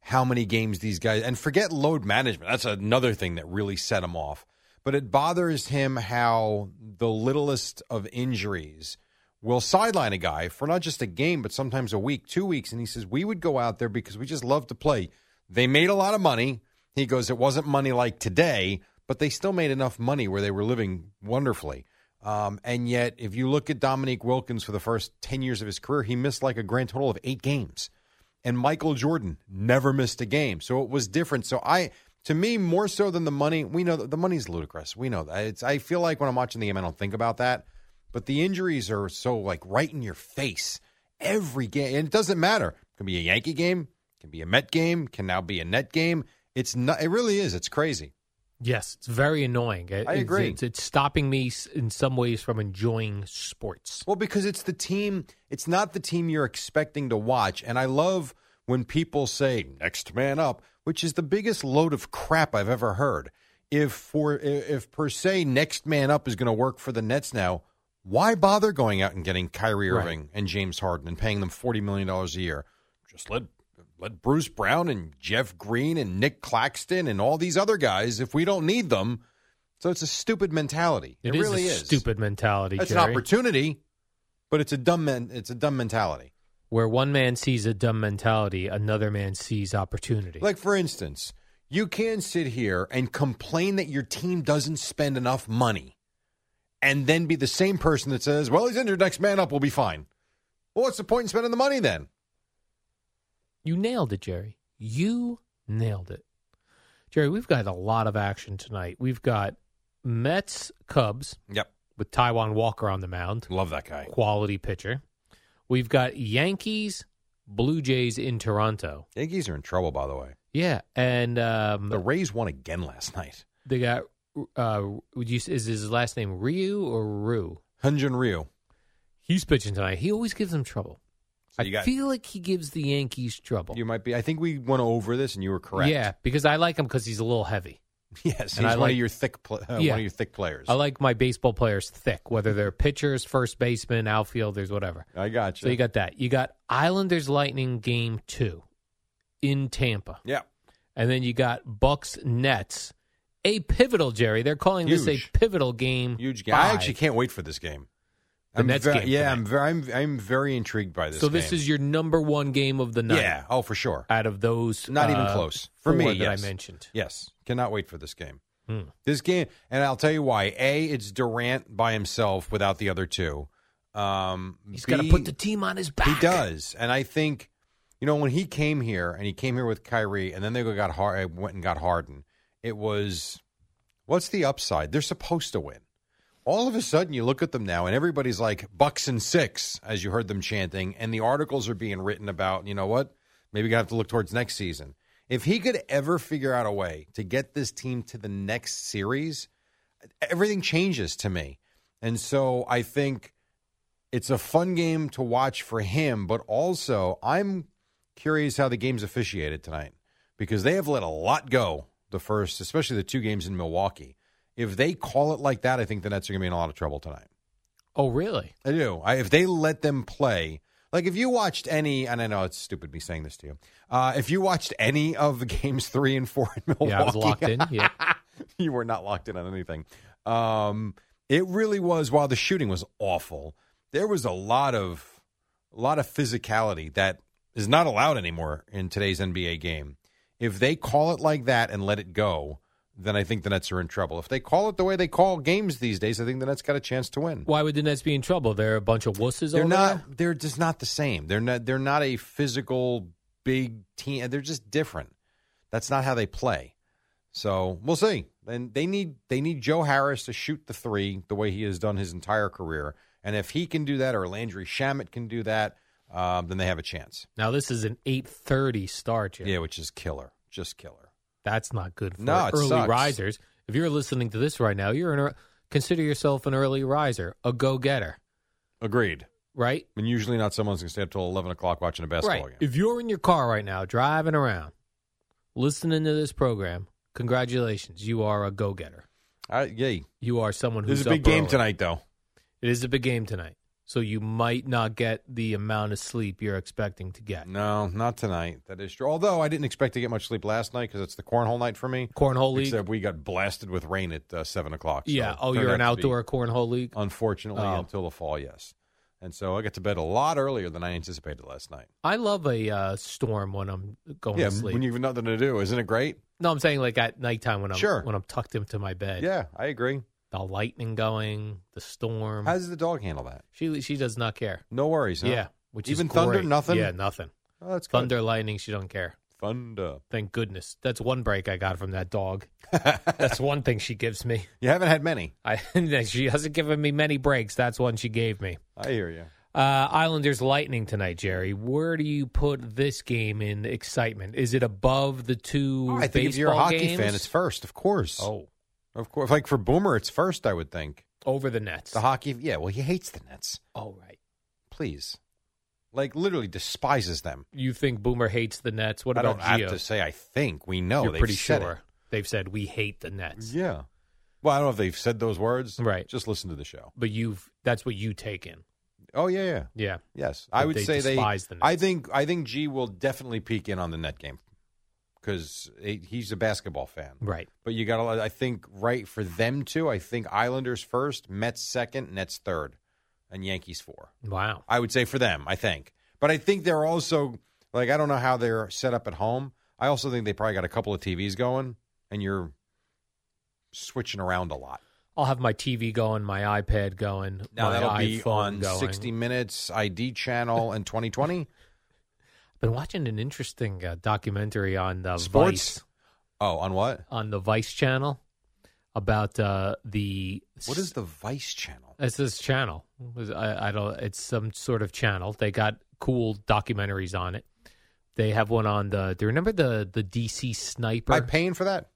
Speaker 1: how many games these guys and forget load management. That's another thing that really set him off. But it bothers him how the littlest of injuries will sideline a guy for not just a game, but sometimes a week, two weeks. And he says, We would go out there because we just love to play. They made a lot of money. He goes, It wasn't money like today, but they still made enough money where they were living wonderfully. Um, and yet, if you look at Dominique Wilkins for the first 10 years of his career, he missed like a grand total of eight games and Michael Jordan never missed a game. So it was different. So I, to me, more so than the money, we know that the money's ludicrous. We know that. It's, I feel like when I'm watching the game, I don't think about that. But the injuries are so like right in your face every game, and it doesn't matter. It can be a Yankee game, it can be a Met game, can now be a Net game. It's not. It really is. It's crazy.
Speaker 2: Yes, it's very annoying. It-
Speaker 1: I
Speaker 2: it's-
Speaker 1: agree.
Speaker 2: It's, it's stopping me s- in some ways from enjoying sports.
Speaker 1: Well, because it's the team, it's not the team you're expecting to watch. And I love when people say next man up, which is the biggest load of crap I've ever heard. If for if per se next man up is going to work for the Nets now, why bother going out and getting Kyrie
Speaker 2: Right.
Speaker 1: Irving and James Harden and paying them forty million dollars a year? Just let let Bruce Brown and Jeff Green and Nick Claxton and all these other guys if we don't need them. So it's a stupid mentality. It,
Speaker 2: is
Speaker 1: really
Speaker 2: a
Speaker 1: is
Speaker 2: stupid mentality,
Speaker 1: it's an
Speaker 2: Jerry,
Speaker 1: opportunity, but it's a dumb men, it's a dumb mentality.
Speaker 2: where one man sees a dumb mentality, another man sees opportunity.
Speaker 1: Like for instance, you can sit here and complain that your team doesn't spend enough money, and then be the same person that says, "Well, he's injured. Next man up will be fine." Well, what's the point in spending the money then?
Speaker 2: You nailed it, Jerry. You nailed it. Jerry, we've got a lot of action tonight. We've got Mets Cubs
Speaker 1: Yep,
Speaker 2: with Taiwan Walker on the mound,
Speaker 1: love that guy.
Speaker 2: quality pitcher. We've got Yankees Blue Jays in Toronto.
Speaker 1: Yankees are in trouble, by the way.
Speaker 2: Yeah, and um,
Speaker 1: The Rays won again last night.
Speaker 2: they got uh, would you is his last name Ryu or Rue?
Speaker 1: Hunjin Ryu.
Speaker 2: He's pitching tonight. He always gives them trouble.
Speaker 1: So
Speaker 2: I
Speaker 1: you got-
Speaker 2: feel like he gives the Yankees trouble.
Speaker 1: You might be. I think we went over this, and you were correct.
Speaker 2: Yeah, because I like him because he's a little heavy.
Speaker 1: Yes, he's
Speaker 2: I
Speaker 1: one
Speaker 2: like-
Speaker 1: of your thick, pl- uh,
Speaker 2: Yeah.
Speaker 1: one of your thick players.
Speaker 2: I like my baseball players thick, whether they're pitchers, first baseman, outfielders, whatever.
Speaker 1: I got you.
Speaker 2: So you got that. You got Islanders Lightning game two in Tampa.
Speaker 1: yeah.
Speaker 2: And then you got Bucks Nets. A pivotal, Jerry. They're calling this
Speaker 1: Huge.
Speaker 2: a pivotal game.
Speaker 1: Huge game. I
Speaker 2: five.
Speaker 1: actually can't wait for this game.
Speaker 2: The
Speaker 1: I'm
Speaker 2: Nets
Speaker 1: ve-
Speaker 2: game
Speaker 1: Yeah,
Speaker 2: tonight.
Speaker 1: I'm very, I'm, I'm very intrigued by this.
Speaker 2: So this
Speaker 1: game.
Speaker 2: is your number one game of the night.
Speaker 1: yeah. Oh, for sure.
Speaker 2: Out of those,
Speaker 1: Not even
Speaker 2: uh,
Speaker 1: close for
Speaker 2: four
Speaker 1: me.
Speaker 2: that
Speaker 1: yes.
Speaker 2: I mentioned.
Speaker 1: Yes, cannot wait for this game.
Speaker 2: Hmm.
Speaker 1: This game, and I'll tell you why. A, it's Durant by himself without the other two. Um,
Speaker 2: He's got to
Speaker 1: B,
Speaker 2: put the team on his back.
Speaker 1: He does, and I think you know when he came here and he came here with Kyrie, and then they got Har- went and got Harden. It was what's the upside? They're supposed to win. All of a sudden, you look at them now, and everybody's like bucks and six, as you heard them chanting, and the articles are being written about. You know what? Maybe we have to look towards next season. If he could ever figure out a way to get this team to the next series, everything changes to me. And so I think it's a fun game to watch for him, but also I'm curious how the game's officiated tonight because they have let a lot go the first, especially the two games in Milwaukee. If they call it like that, I think the Nets are going to be in a lot of trouble tonight.
Speaker 2: Oh, really?
Speaker 1: I do. I, if they let them play, like if you watched any, and I know it's stupid me saying this to you, uh, if you watched any of the games three and four in Milwaukee,
Speaker 2: Yeah, I was locked in. Yeah.
Speaker 1: you were not locked in on anything. Um, it really was. While the shooting was awful, there was a lot of a lot of physicality that is not allowed anymore in today's NBA game. If they call it like that and let it go, then I think the Nets are in trouble. If they call it the way they call games these days, I think the Nets got a chance to win.
Speaker 2: Why would the Nets be in trouble? They're a bunch of wusses.
Speaker 1: They're
Speaker 2: over
Speaker 1: not.
Speaker 2: there?
Speaker 1: They're just not the same. They're not. They're not a physical big team. They're just different. That's not how they play. So we'll see. And they need they need Joe Harris to shoot the three the way he has done his entire career. And if he can do that, or Landry Shamit can do that, um, then they have a chance.
Speaker 2: Now this is an eight thirty start. Jerry.
Speaker 1: Yeah, which is killer, just killer.
Speaker 2: That's not good for
Speaker 1: No, it
Speaker 2: early
Speaker 1: sucks.
Speaker 2: risers. If you're listening to this right now, you're an ear- consider yourself an early riser, a go getter,
Speaker 1: Agreed.
Speaker 2: right?
Speaker 1: And usually not someone's gonna stay up till eleven o'clock watching a basketball game.
Speaker 2: If you're in your car right now, driving around, listening to this program, congratulations, you are a go getter.
Speaker 1: I, yay,
Speaker 2: You are someone who's
Speaker 1: this is a big
Speaker 2: up
Speaker 1: game
Speaker 2: early.
Speaker 1: tonight, though.
Speaker 2: It is a big game tonight, so you might not get the amount of sleep you're expecting to get.
Speaker 1: No, not tonight. That is true. Although I didn't expect to get much sleep last night because it's the cornhole night for me.
Speaker 2: Cornhole league,
Speaker 1: Except we got blasted with rain at uh, seven o'clock. so
Speaker 2: yeah.
Speaker 1: it
Speaker 2: Oh,
Speaker 1: turned
Speaker 2: you're an
Speaker 1: out to be,
Speaker 2: outdoor cornhole league.
Speaker 1: Unfortunately,
Speaker 2: Oh.
Speaker 1: until the fall, yes. And so I got to bed a lot earlier than I anticipated last night.
Speaker 2: I love a uh, storm when I'm going
Speaker 1: yeah,
Speaker 2: to sleep.
Speaker 1: when you have nothing to do, isn't it great?
Speaker 2: No, I'm saying like at nighttime when I'm
Speaker 1: Sure.
Speaker 2: when I'm tucked into my bed.
Speaker 1: Yeah, I agree.
Speaker 2: The lightning going, the storm.
Speaker 1: How does the dog handle that?
Speaker 2: she she does not care.
Speaker 1: No worries. huh?
Speaker 2: Yeah, which is
Speaker 1: even thunder,
Speaker 2: great.
Speaker 1: nothing.
Speaker 2: Yeah, nothing.
Speaker 1: oh, that's good.
Speaker 2: Thunder, lightning, she don't care.
Speaker 1: Thunder.
Speaker 2: Thank goodness. That's one break I got from that dog. That's one thing she gives me.
Speaker 1: You haven't had many.
Speaker 2: I she hasn't given me many breaks. That's one she gave me.
Speaker 1: I hear you.
Speaker 2: Uh, Islanders Lightning tonight, Jerry. Where do you put this game in excitement? Is it above the two?
Speaker 1: Oh, I think if you're a
Speaker 2: baseball
Speaker 1: hockey
Speaker 2: games?
Speaker 1: fan, it's first, of course.
Speaker 2: oh
Speaker 1: Of course, like for Boomer, it's first. I would think
Speaker 2: over the Nets.
Speaker 1: the hockey. Yeah, well, he hates the Nets.
Speaker 2: oh right.
Speaker 1: please. Like literally despises them.
Speaker 2: You think Boomer hates the Nets? What
Speaker 1: I
Speaker 2: about
Speaker 1: don't have
Speaker 2: Gio?
Speaker 1: to say I think we know.
Speaker 2: You're
Speaker 1: They've
Speaker 2: pretty
Speaker 1: said
Speaker 2: sure they've said we hate the
Speaker 1: it.
Speaker 2: Nets,
Speaker 1: Yeah. Well, I don't know if they've said those words.
Speaker 2: Right.
Speaker 1: Just listen to the show.
Speaker 2: but you've that's what you take in.
Speaker 1: Oh yeah, yeah.
Speaker 2: Yeah,
Speaker 1: Yes.
Speaker 2: But
Speaker 1: I would
Speaker 2: they
Speaker 1: say
Speaker 2: despise
Speaker 1: they
Speaker 2: the
Speaker 1: I
Speaker 2: Nets.
Speaker 1: think I think G will definitely peek in on the net game cuz he's a basketball fan.
Speaker 2: right.
Speaker 1: But you got to I think right for them too. I think Islanders first, Mets second, Nets third, and Yankees four.
Speaker 2: Wow.
Speaker 1: I would say for them, I think. But I think they're also like I don't know how they're set up at home. I also think they probably got a couple of TVs going and you're switching around a lot.
Speaker 2: I'll have my TV going, my iPad going,
Speaker 1: Now
Speaker 2: my
Speaker 1: that'll
Speaker 2: iPhone
Speaker 1: be on
Speaker 2: going.
Speaker 1: 60 minutes ID channel and 2020
Speaker 2: Been watching an interesting uh, documentary on uh,
Speaker 1: sports.
Speaker 2: Vice
Speaker 1: Oh, on what?
Speaker 2: on the Vice channel about uh, the
Speaker 1: What is the Vice channel?
Speaker 2: It's this channel. It was- I, I don't. It's some sort of channel. They got cool documentaries on it. They have one on the. Do you remember the the DC sniper?
Speaker 1: Am I paying for that?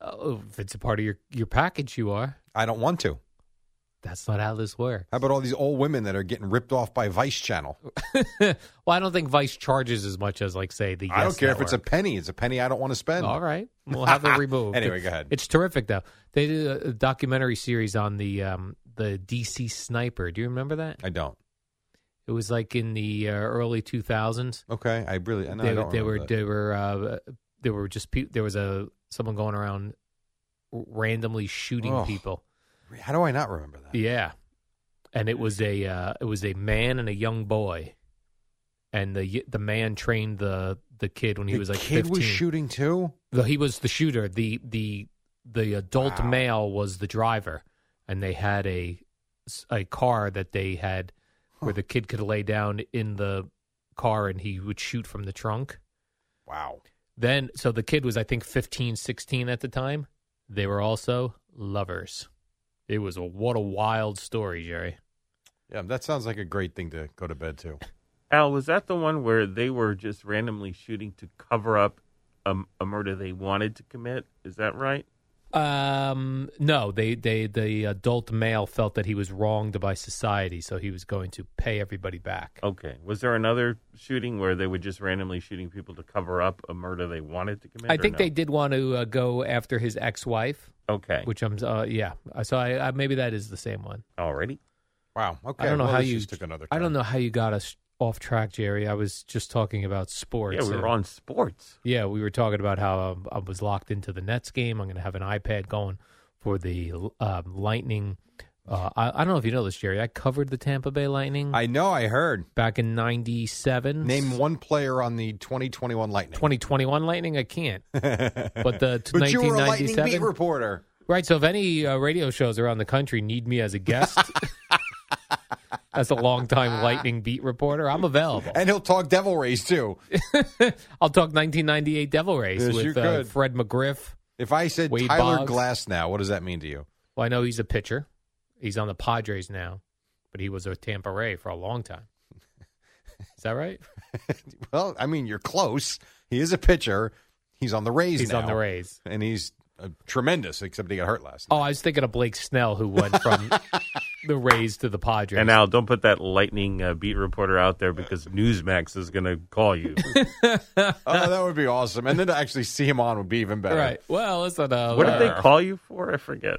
Speaker 2: Oh, if it's a part of your your package, you are.
Speaker 1: I don't want to.
Speaker 2: That's not how this works.
Speaker 1: How about all these old women that are getting ripped off by Vice Channel?
Speaker 2: well, I don't think Vice charges as much as, like, say, the.
Speaker 1: I
Speaker 2: Yes
Speaker 1: don't care if it's a
Speaker 2: Network.
Speaker 1: penny. It's a penny I don't want to spend.
Speaker 2: All right, we'll have it removed.
Speaker 1: Anyway, go ahead.
Speaker 2: It's terrific, though. They did a a documentary series on the um, the DC sniper. Do you remember that?
Speaker 1: I don't.
Speaker 2: It was like in the uh, early two thousands.
Speaker 1: Okay. I really. No,
Speaker 2: they,
Speaker 1: I don't
Speaker 2: they were
Speaker 1: remember that.
Speaker 2: they were uh, there were just pe- there was a someone going around r- randomly shooting
Speaker 1: Oh.
Speaker 2: people.
Speaker 1: How do I not remember that?
Speaker 2: Yeah, and it was a uh, it was a man and a young boy, and the y- the man trained the the kid when he
Speaker 1: the
Speaker 2: was like
Speaker 1: kid
Speaker 2: 15.
Speaker 1: was shooting too.
Speaker 2: The- he was the shooter. The the the adult
Speaker 1: Wow.
Speaker 2: male was the driver, and they had a a car that they had where the kid could lay down in the car and he would shoot from the trunk.
Speaker 1: Wow.
Speaker 2: Then so the kid was I think 15, 16 at the time. They were also lovers. It was a what a wild story, Jerry.
Speaker 1: Yeah, that sounds like a great thing to go to bed to.
Speaker 4: Al, was that the one where they were just randomly shooting to cover up a, a murder they wanted to commit? Is that right?
Speaker 2: Um no, they they the adult male felt that he was wronged by society, so he was going to pay everybody back.
Speaker 4: Okay. Was there another shooting where they were just randomly shooting people to cover up a murder they wanted to commit?
Speaker 2: I
Speaker 4: or
Speaker 2: think
Speaker 4: no?
Speaker 2: they did want to uh, go after his ex-wife,
Speaker 4: Okay.
Speaker 2: which I'm uh, yeah. So I, I maybe that is the same one.
Speaker 4: Already.
Speaker 1: Wow. Okay.
Speaker 2: I don't know
Speaker 1: well,
Speaker 2: how
Speaker 1: this
Speaker 2: you
Speaker 1: just took another.
Speaker 2: I don't
Speaker 1: turn.
Speaker 2: know how you got us off track, Jerry. I was just talking about sports.
Speaker 4: Yeah, we
Speaker 2: and-
Speaker 4: were on sports.
Speaker 2: Yeah, we were talking about how um, I was locked into the Nets game. I'm going to have an iPad going for the um, Lightning. Uh, I, I don't know if you know this, Jerry. I covered the Tampa Bay Lightning
Speaker 1: I know. I heard.
Speaker 2: back in '97.
Speaker 1: Name one player on the 2021 Lightning.
Speaker 2: 2021 Lightning. I can't. But the t-
Speaker 1: But you were a Lightning beat
Speaker 2: 1997.
Speaker 1: reporter.
Speaker 2: Right. So if any uh, radio shows around the country need me as a guest, as a longtime Lightning beat reporter, I'm available.
Speaker 1: And he'll talk devil rays too.
Speaker 2: I'll talk 1998 Devil Rays
Speaker 1: Yes, you
Speaker 2: with uh,
Speaker 1: could.
Speaker 2: Fred McGriff.
Speaker 1: If I said
Speaker 2: Wade
Speaker 1: Tyler
Speaker 2: Boggs.
Speaker 1: Glass now, what does that mean to you?
Speaker 2: Well, I know he's a pitcher. He's on the Padres now, but he was a Tampa Ray for a long time. Is that right?
Speaker 1: Well, I mean, you're close. He is a pitcher. He's on the Rays.
Speaker 2: He's on
Speaker 1: now,
Speaker 2: the Rays.
Speaker 1: and he's uh, tremendous. Except he got hurt last. Night.
Speaker 2: Oh, I was thinking of Blake Snell, who went from the Rays to the Padres.
Speaker 4: And Al, don't put that lightning uh, beat reporter out there because Newsmax is going to call you.
Speaker 1: Oh, that would be awesome. And then to actually see him on would be even better.
Speaker 2: right. Well, listen. Uh,
Speaker 4: what did they call you for? I forget.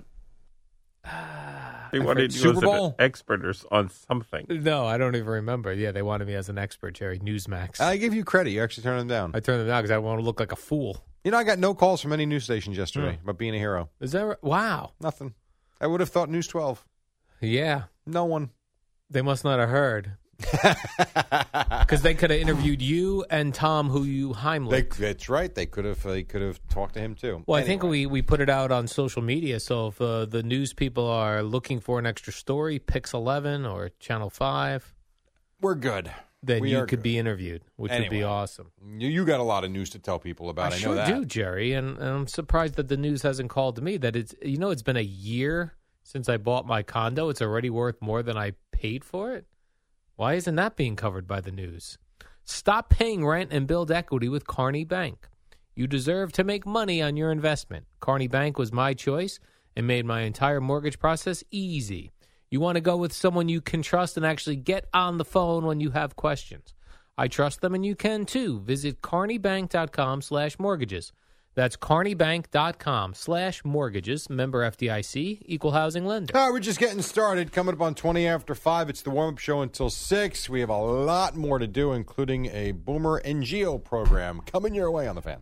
Speaker 4: They wanted you
Speaker 1: Super
Speaker 4: as an
Speaker 1: Bowl?
Speaker 4: expert or s- on something.
Speaker 2: No, I don't even remember. Yeah, they wanted me as an expert, Jerry Newsmax.
Speaker 1: I give you credit. You actually turned him down.
Speaker 2: I turned them down because I want to look like a fool.
Speaker 1: You know, I got no calls from any news stations yesterday about being a hero.
Speaker 2: Is that right? wow?
Speaker 1: Nothing. I would have thought News 12.
Speaker 2: Yeah,
Speaker 1: No one.
Speaker 2: they must not have heard because they could have interviewed you and Tom, who you Heimlich.
Speaker 1: They, that's right. They could have. They could have talked to him too.
Speaker 2: well, I think we, we put it out on social media. So if uh, the news people are looking for an extra story, Pix 11 or Channel 5,
Speaker 1: we're good.
Speaker 2: then
Speaker 1: We
Speaker 2: you
Speaker 1: are
Speaker 2: could
Speaker 1: good.
Speaker 2: be interviewed, which would
Speaker 1: Anyway.
Speaker 2: be awesome.
Speaker 1: You, you got a lot of news to tell people about. I, know
Speaker 2: sure
Speaker 1: that.
Speaker 2: do, Jerry. And, and I'm surprised that the news hasn't called me. That it's, you know, it's been a year since I bought my condo. It's already worth more than I paid for it. Why isn't that being covered by the news? Stop paying rent and build equity with Carney Bank. You deserve to make money on your investment. Carney Bank was my choice and made my entire mortgage process easy. You want to go with someone you can trust and actually get on the phone when you have questions. I trust them and you can too. Visit carneybank.com slash mortgages. That's carneybank.com slash mortgages. Member FDIC, equal housing lender.
Speaker 1: All right, we're just getting started. Coming up on 20 after 5, it's the warm up show until 6. We have a lot more to do, including a Boomer NGO program coming your way on the fan.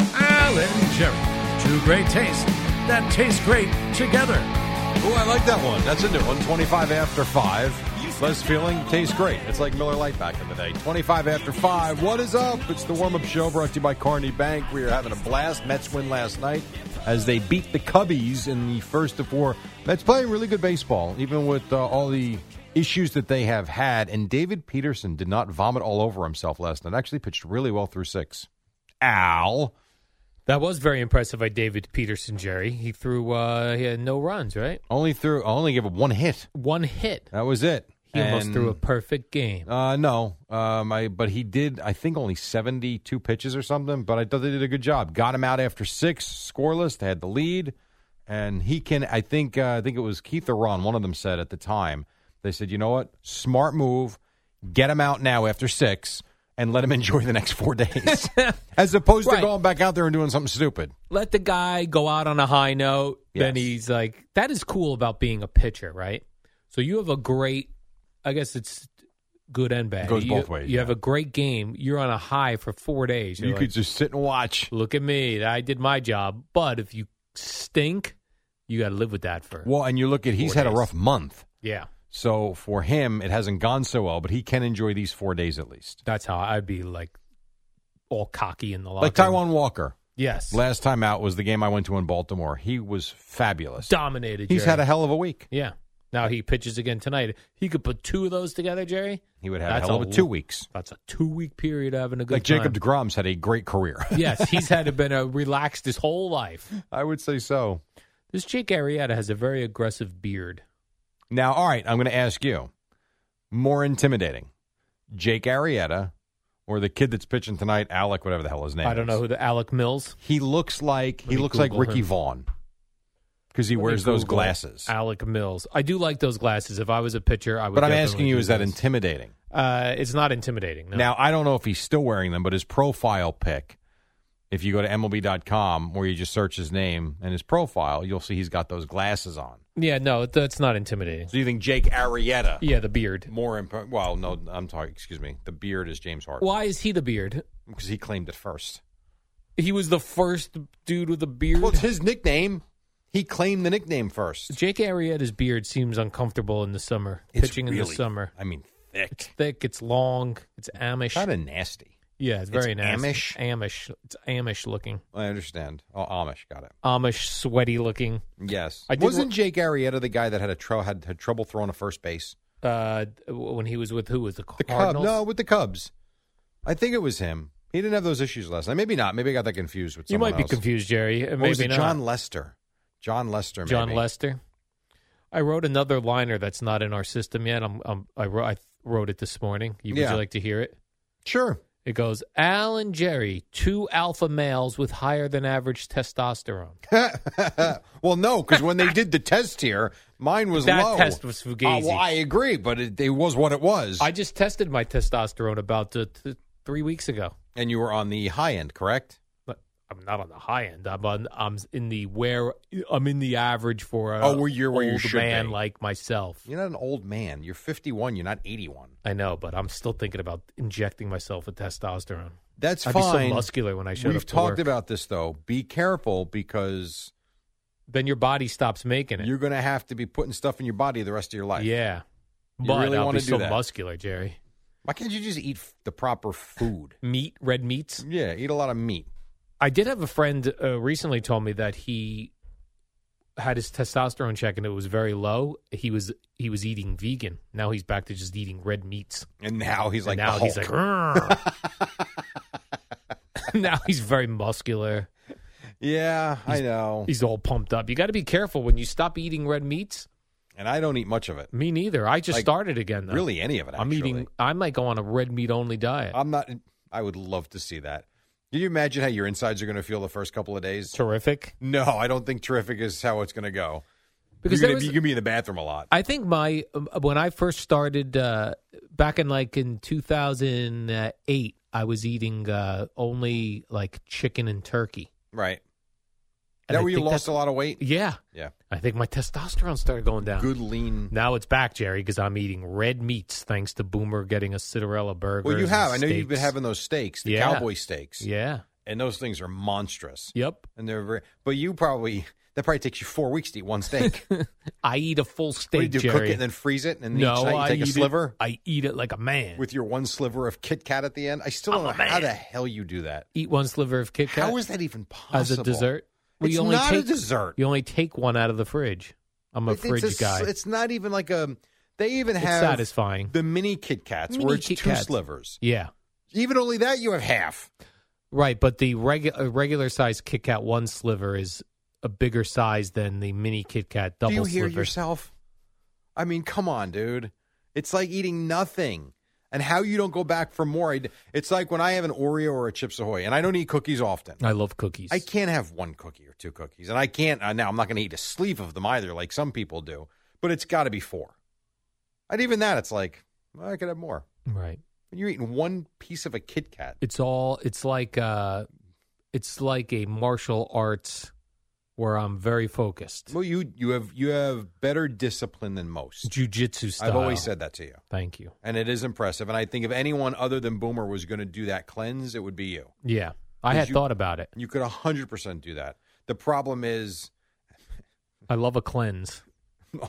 Speaker 3: Al and Jerry, two great tastes that taste great together.
Speaker 1: Oh, I like that one. That's a new one. 25 after 5. Less feeling tastes great. It's like Miller Lite back in the day. 25 after 5. What is up? It's the warm up show brought to you by Carney Bank. We are having a blast. Mets win last night. as they beat the Cubbies in the first of four. Mets playing really good baseball, even with uh, all the issues that they have had. And David Peterson did not vomit all over himself last night. Actually, pitched really well through six. Al.
Speaker 2: That was very impressive by David Peterson, Jerry. He threw uh, he had no runs, right?
Speaker 1: Only threw, only gave up one hit.
Speaker 2: One hit.
Speaker 1: That was it.
Speaker 2: He almost
Speaker 1: And-
Speaker 2: threw a perfect game.
Speaker 1: Uh, no, um, I but he did. I think only seventy-two pitches or something. But I thought they did a good job. Got him out after six, scoreless. They had the lead, and he can. I think. Uh, I think it was Keith or Ron. One of them said at the time. They said, you know what, smart move. Get him out now after six, and let him enjoy the next four days, as opposed
Speaker 2: Right.
Speaker 1: to going back out there and doing something stupid.
Speaker 2: Let the guy go out on a high note. Then
Speaker 1: Yes.
Speaker 2: he's like, that is cool about being a pitcher, right? So you have a great, I guess it's good and bad.
Speaker 1: Goes
Speaker 2: You-
Speaker 1: both ways,
Speaker 2: You have
Speaker 1: yeah.
Speaker 2: a great game. You're on a high for four days. You're
Speaker 1: you
Speaker 2: like,
Speaker 1: could just sit and watch.
Speaker 2: look at me. I did my job. But if you stink, you got to live with that for.
Speaker 1: Well, and you look at he's
Speaker 2: Four
Speaker 1: had a
Speaker 2: days.
Speaker 1: rough month.
Speaker 2: Yeah,
Speaker 1: So for him, it hasn't gone so well, but he can enjoy these four days at least.
Speaker 2: that's how I'd be like all cocky in the locker
Speaker 1: Like
Speaker 2: room.
Speaker 1: Taiwan Walker.
Speaker 2: Yes.
Speaker 1: Last time out was the game I went to in Baltimore. He was fabulous.
Speaker 2: Dominated.
Speaker 1: He's
Speaker 2: Jerry.
Speaker 1: had a hell of a week.
Speaker 2: Yeah. Now he pitches again tonight. He could put two of those together, Jerry.
Speaker 1: He would have
Speaker 2: That's
Speaker 1: a hell of
Speaker 2: a
Speaker 1: a two
Speaker 2: l-
Speaker 1: weeks.
Speaker 2: That's a two week period of having a good
Speaker 1: Like
Speaker 2: time.
Speaker 1: Jacob DeGrom's had a great career.
Speaker 2: yes, he's had to been a relaxed his whole life.
Speaker 1: I would say so.
Speaker 2: This Jake Arrieta has a very aggressive beard.
Speaker 1: Now, all right, I'm going to ask you more intimidating Jake Arrieta or the kid that's pitching tonight, Alec, whatever the hell his name
Speaker 2: I don't
Speaker 1: is.
Speaker 2: know who the Alec Mills.
Speaker 1: He looks like
Speaker 2: Let
Speaker 1: he
Speaker 2: me
Speaker 1: looks like
Speaker 2: Google
Speaker 1: Ricky
Speaker 2: him.
Speaker 1: Vaughn because he
Speaker 2: Let me
Speaker 1: wears those
Speaker 2: Google
Speaker 1: glasses.
Speaker 2: Alec Mills. I do like those glasses. If I was a pitcher, I would.
Speaker 1: But I'm
Speaker 2: definitely
Speaker 1: asking you,
Speaker 2: do
Speaker 1: is that
Speaker 2: those.
Speaker 1: intimidating?
Speaker 2: Uh, it's not intimidating. No.
Speaker 1: Now, I don't know if he's still wearing them, but his profile pic, if you go to MLB.com where you just search his name and his profile, you'll see he's got those glasses on.
Speaker 2: yeah, no, it- that's not intimidating.
Speaker 1: So you think Jake Arrieta
Speaker 2: Yeah, the beard.
Speaker 1: more important? Well, no, I'm talking, excuse me. The beard is James Harden
Speaker 2: Why is he the beard?
Speaker 1: because he claimed it first.
Speaker 2: He was the first dude with a beard.
Speaker 1: Well, it's his nickname. He claimed the nickname first.
Speaker 2: Jake Arrieta's beard seems uncomfortable in the summer.
Speaker 1: It's
Speaker 2: pitching in
Speaker 1: really-
Speaker 2: the summer,
Speaker 1: I mean, thick.
Speaker 2: thick. It's long. It's Amish.
Speaker 1: Kind of nasty.
Speaker 2: yeah, it's very
Speaker 1: it's
Speaker 2: nasty.
Speaker 1: Amish?
Speaker 2: Amish. It's Amish looking.
Speaker 1: I understand. Oh, Amish, got it.
Speaker 2: Amish, sweaty looking.
Speaker 1: Yes.
Speaker 2: I did
Speaker 1: Wasn't Jake Arrieta the guy that had a tro- had, had trouble throwing a first base?
Speaker 2: Uh, when he was with who was the
Speaker 1: The Cubs.
Speaker 2: Cardinals?
Speaker 1: No, with the Cubs. I think it was him. He didn't have those issues last night. Maybe not. Maybe I got that confused with
Speaker 2: you
Speaker 1: someone
Speaker 2: might be
Speaker 1: else.
Speaker 2: confused, Jerry. Uh,
Speaker 1: Or
Speaker 2: Maybe
Speaker 1: was it
Speaker 2: not.
Speaker 1: John Lester. John Lester. Maybe.
Speaker 2: John Lester. I wrote another liner that's not in our system yet. I'm, I'm I wrote I wrote it this morning. You, Would
Speaker 1: Yeah.
Speaker 2: you like to hear it?
Speaker 1: Sure.
Speaker 2: It goes Al and Jerry, two alpha males with higher than average testosterone.
Speaker 1: well, no, because when they did the test here, mine was
Speaker 2: That
Speaker 1: low.
Speaker 2: test was fugazi.
Speaker 1: Uh, well, I agree, but it, it was what it was.
Speaker 2: I just tested my testosterone about uh th- three weeks ago.
Speaker 1: and you were on the high end, correct?
Speaker 2: But I'm not on the high end. I'm on. I'm in the where. I'm in the average for a
Speaker 1: Oh, where you're- where you
Speaker 2: old
Speaker 1: should
Speaker 2: man
Speaker 1: be.
Speaker 2: like myself.
Speaker 1: You're not an old man. You're 51. You're not 81.
Speaker 2: I know, but I'm still thinking about injecting myself with testosterone.
Speaker 1: That's
Speaker 2: I'd
Speaker 1: fine.
Speaker 2: be so muscular when I show up
Speaker 1: We've
Speaker 2: to
Speaker 1: talked
Speaker 2: work.
Speaker 1: about this though. Be careful because
Speaker 2: Then your body stops making it.
Speaker 1: you're going to have to be putting stuff in your body the rest of your life.
Speaker 2: yeah,
Speaker 1: You
Speaker 2: but
Speaker 1: really
Speaker 2: I'll
Speaker 1: wanna
Speaker 2: be
Speaker 1: do
Speaker 2: so
Speaker 1: that.
Speaker 2: muscular, Jerry.
Speaker 1: Why can't you just eat f- the proper food?
Speaker 2: Meat, red meats.
Speaker 1: yeah, eat a lot of meat.
Speaker 2: I did have a friend uh, recently told me that he had his testosterone check and it was very low. He was he was eating vegan. Now he's back to just eating red meats.
Speaker 1: And now he's
Speaker 2: And
Speaker 1: like,
Speaker 2: now
Speaker 1: the
Speaker 2: he's like,
Speaker 1: Hulk.
Speaker 2: "Grrr." now he's very muscular.
Speaker 1: yeah, I know.
Speaker 2: He's all pumped up. You got to be careful when you stop eating red meats.
Speaker 1: And I don't eat much of it,
Speaker 2: Me neither. I just
Speaker 1: Like,
Speaker 2: started again though.
Speaker 1: really any of it. Actually. Oh,
Speaker 2: I'm eating. I might go on a red meat only diet.
Speaker 1: I'm not. I would love to see that. Can you imagine how your insides are going to feel the first couple of days?
Speaker 2: Terrific.
Speaker 1: No, I don't think terrific is how it's going to go.
Speaker 2: Because
Speaker 1: you're
Speaker 2: there
Speaker 1: gonna
Speaker 2: was-
Speaker 1: be- you can be in the bathroom a lot.
Speaker 2: I think my uh, when I first started uh, back in like in 2008, I was eating uh, only like chicken and turkey.
Speaker 1: right.
Speaker 2: And
Speaker 1: that
Speaker 2: I
Speaker 1: where you
Speaker 2: think
Speaker 1: lost
Speaker 2: that's-
Speaker 1: a lot of weight?
Speaker 2: Yeah,
Speaker 1: Yeah.
Speaker 2: I think my testosterone started going down.
Speaker 1: Good lean.
Speaker 2: Now it's back, Jerry, because I'm eating red meats thanks to Boomer getting a Cinderella burger.
Speaker 1: Well, you have. I know you've been having those steaks, the
Speaker 2: Yeah.
Speaker 1: cowboy steaks,
Speaker 2: Yeah.
Speaker 1: and those things are monstrous.
Speaker 2: Yep.
Speaker 1: And they're very. But you probably that probably takes you four weeks to eat one steak.
Speaker 2: I eat a full steak,
Speaker 1: what do you do?
Speaker 2: Jerry.
Speaker 1: Cook it and then freeze it, and
Speaker 2: no,
Speaker 1: each night you
Speaker 2: I
Speaker 1: take a
Speaker 2: eat it-
Speaker 1: sliver
Speaker 2: I eat it like a man.
Speaker 1: with your one sliver of Kit Kat at the end. I still
Speaker 2: I'm
Speaker 1: don't know
Speaker 2: a
Speaker 1: how
Speaker 2: man.
Speaker 1: the hell you do that.
Speaker 2: eat one sliver of Kit Kat
Speaker 1: How is that even possible?
Speaker 2: as a dessert. Well,
Speaker 1: It's
Speaker 2: you only
Speaker 1: not a
Speaker 2: take,
Speaker 1: dessert.
Speaker 2: You only take one out of the fridge. I'm a
Speaker 1: It's
Speaker 2: fridge
Speaker 1: a
Speaker 2: guy.
Speaker 1: s- It's not even like a. They even
Speaker 2: It's
Speaker 1: have
Speaker 2: satisfying.
Speaker 1: the mini Kit Kats
Speaker 2: Mini
Speaker 1: where it's
Speaker 2: Kit
Speaker 1: two
Speaker 2: Kats.
Speaker 1: slivers.
Speaker 2: yeah,
Speaker 1: Even only that you have half.
Speaker 2: right. But the regular regular size Kit Kat one sliver is a bigger size than the mini Kit Kat double
Speaker 1: Do you hear
Speaker 2: sliver.
Speaker 1: yourself? I mean, come on, dude. It's like eating nothing. And how you don't go back for more? I d- It's like when I have an Oreo or a Chips Ahoy, and I don't eat cookies often.
Speaker 2: I love cookies.
Speaker 1: I can't have one cookie or two cookies, and I can't uh, now. I'm not going to eat a sleeve of them either, like some people do. But it's got to be four. And even that, it's like well, I could have more.
Speaker 2: right.
Speaker 1: When you're eating one piece of a Kit Kat,
Speaker 2: It's all. It's like. Uh, it's like a martial arts where I'm very focused.
Speaker 1: well, you you have you have better discipline than most.
Speaker 2: Jiu-jitsu style.
Speaker 1: I've always said that to you,
Speaker 2: Thank you.
Speaker 1: and it is impressive. And I think if anyone other than Boomer was going to do that cleanse, it would be you.
Speaker 2: Yeah, I
Speaker 1: 'Cause
Speaker 2: had
Speaker 1: you-
Speaker 2: thought about it.
Speaker 1: You could 100 percent do that. The problem is,
Speaker 2: I love a cleanse.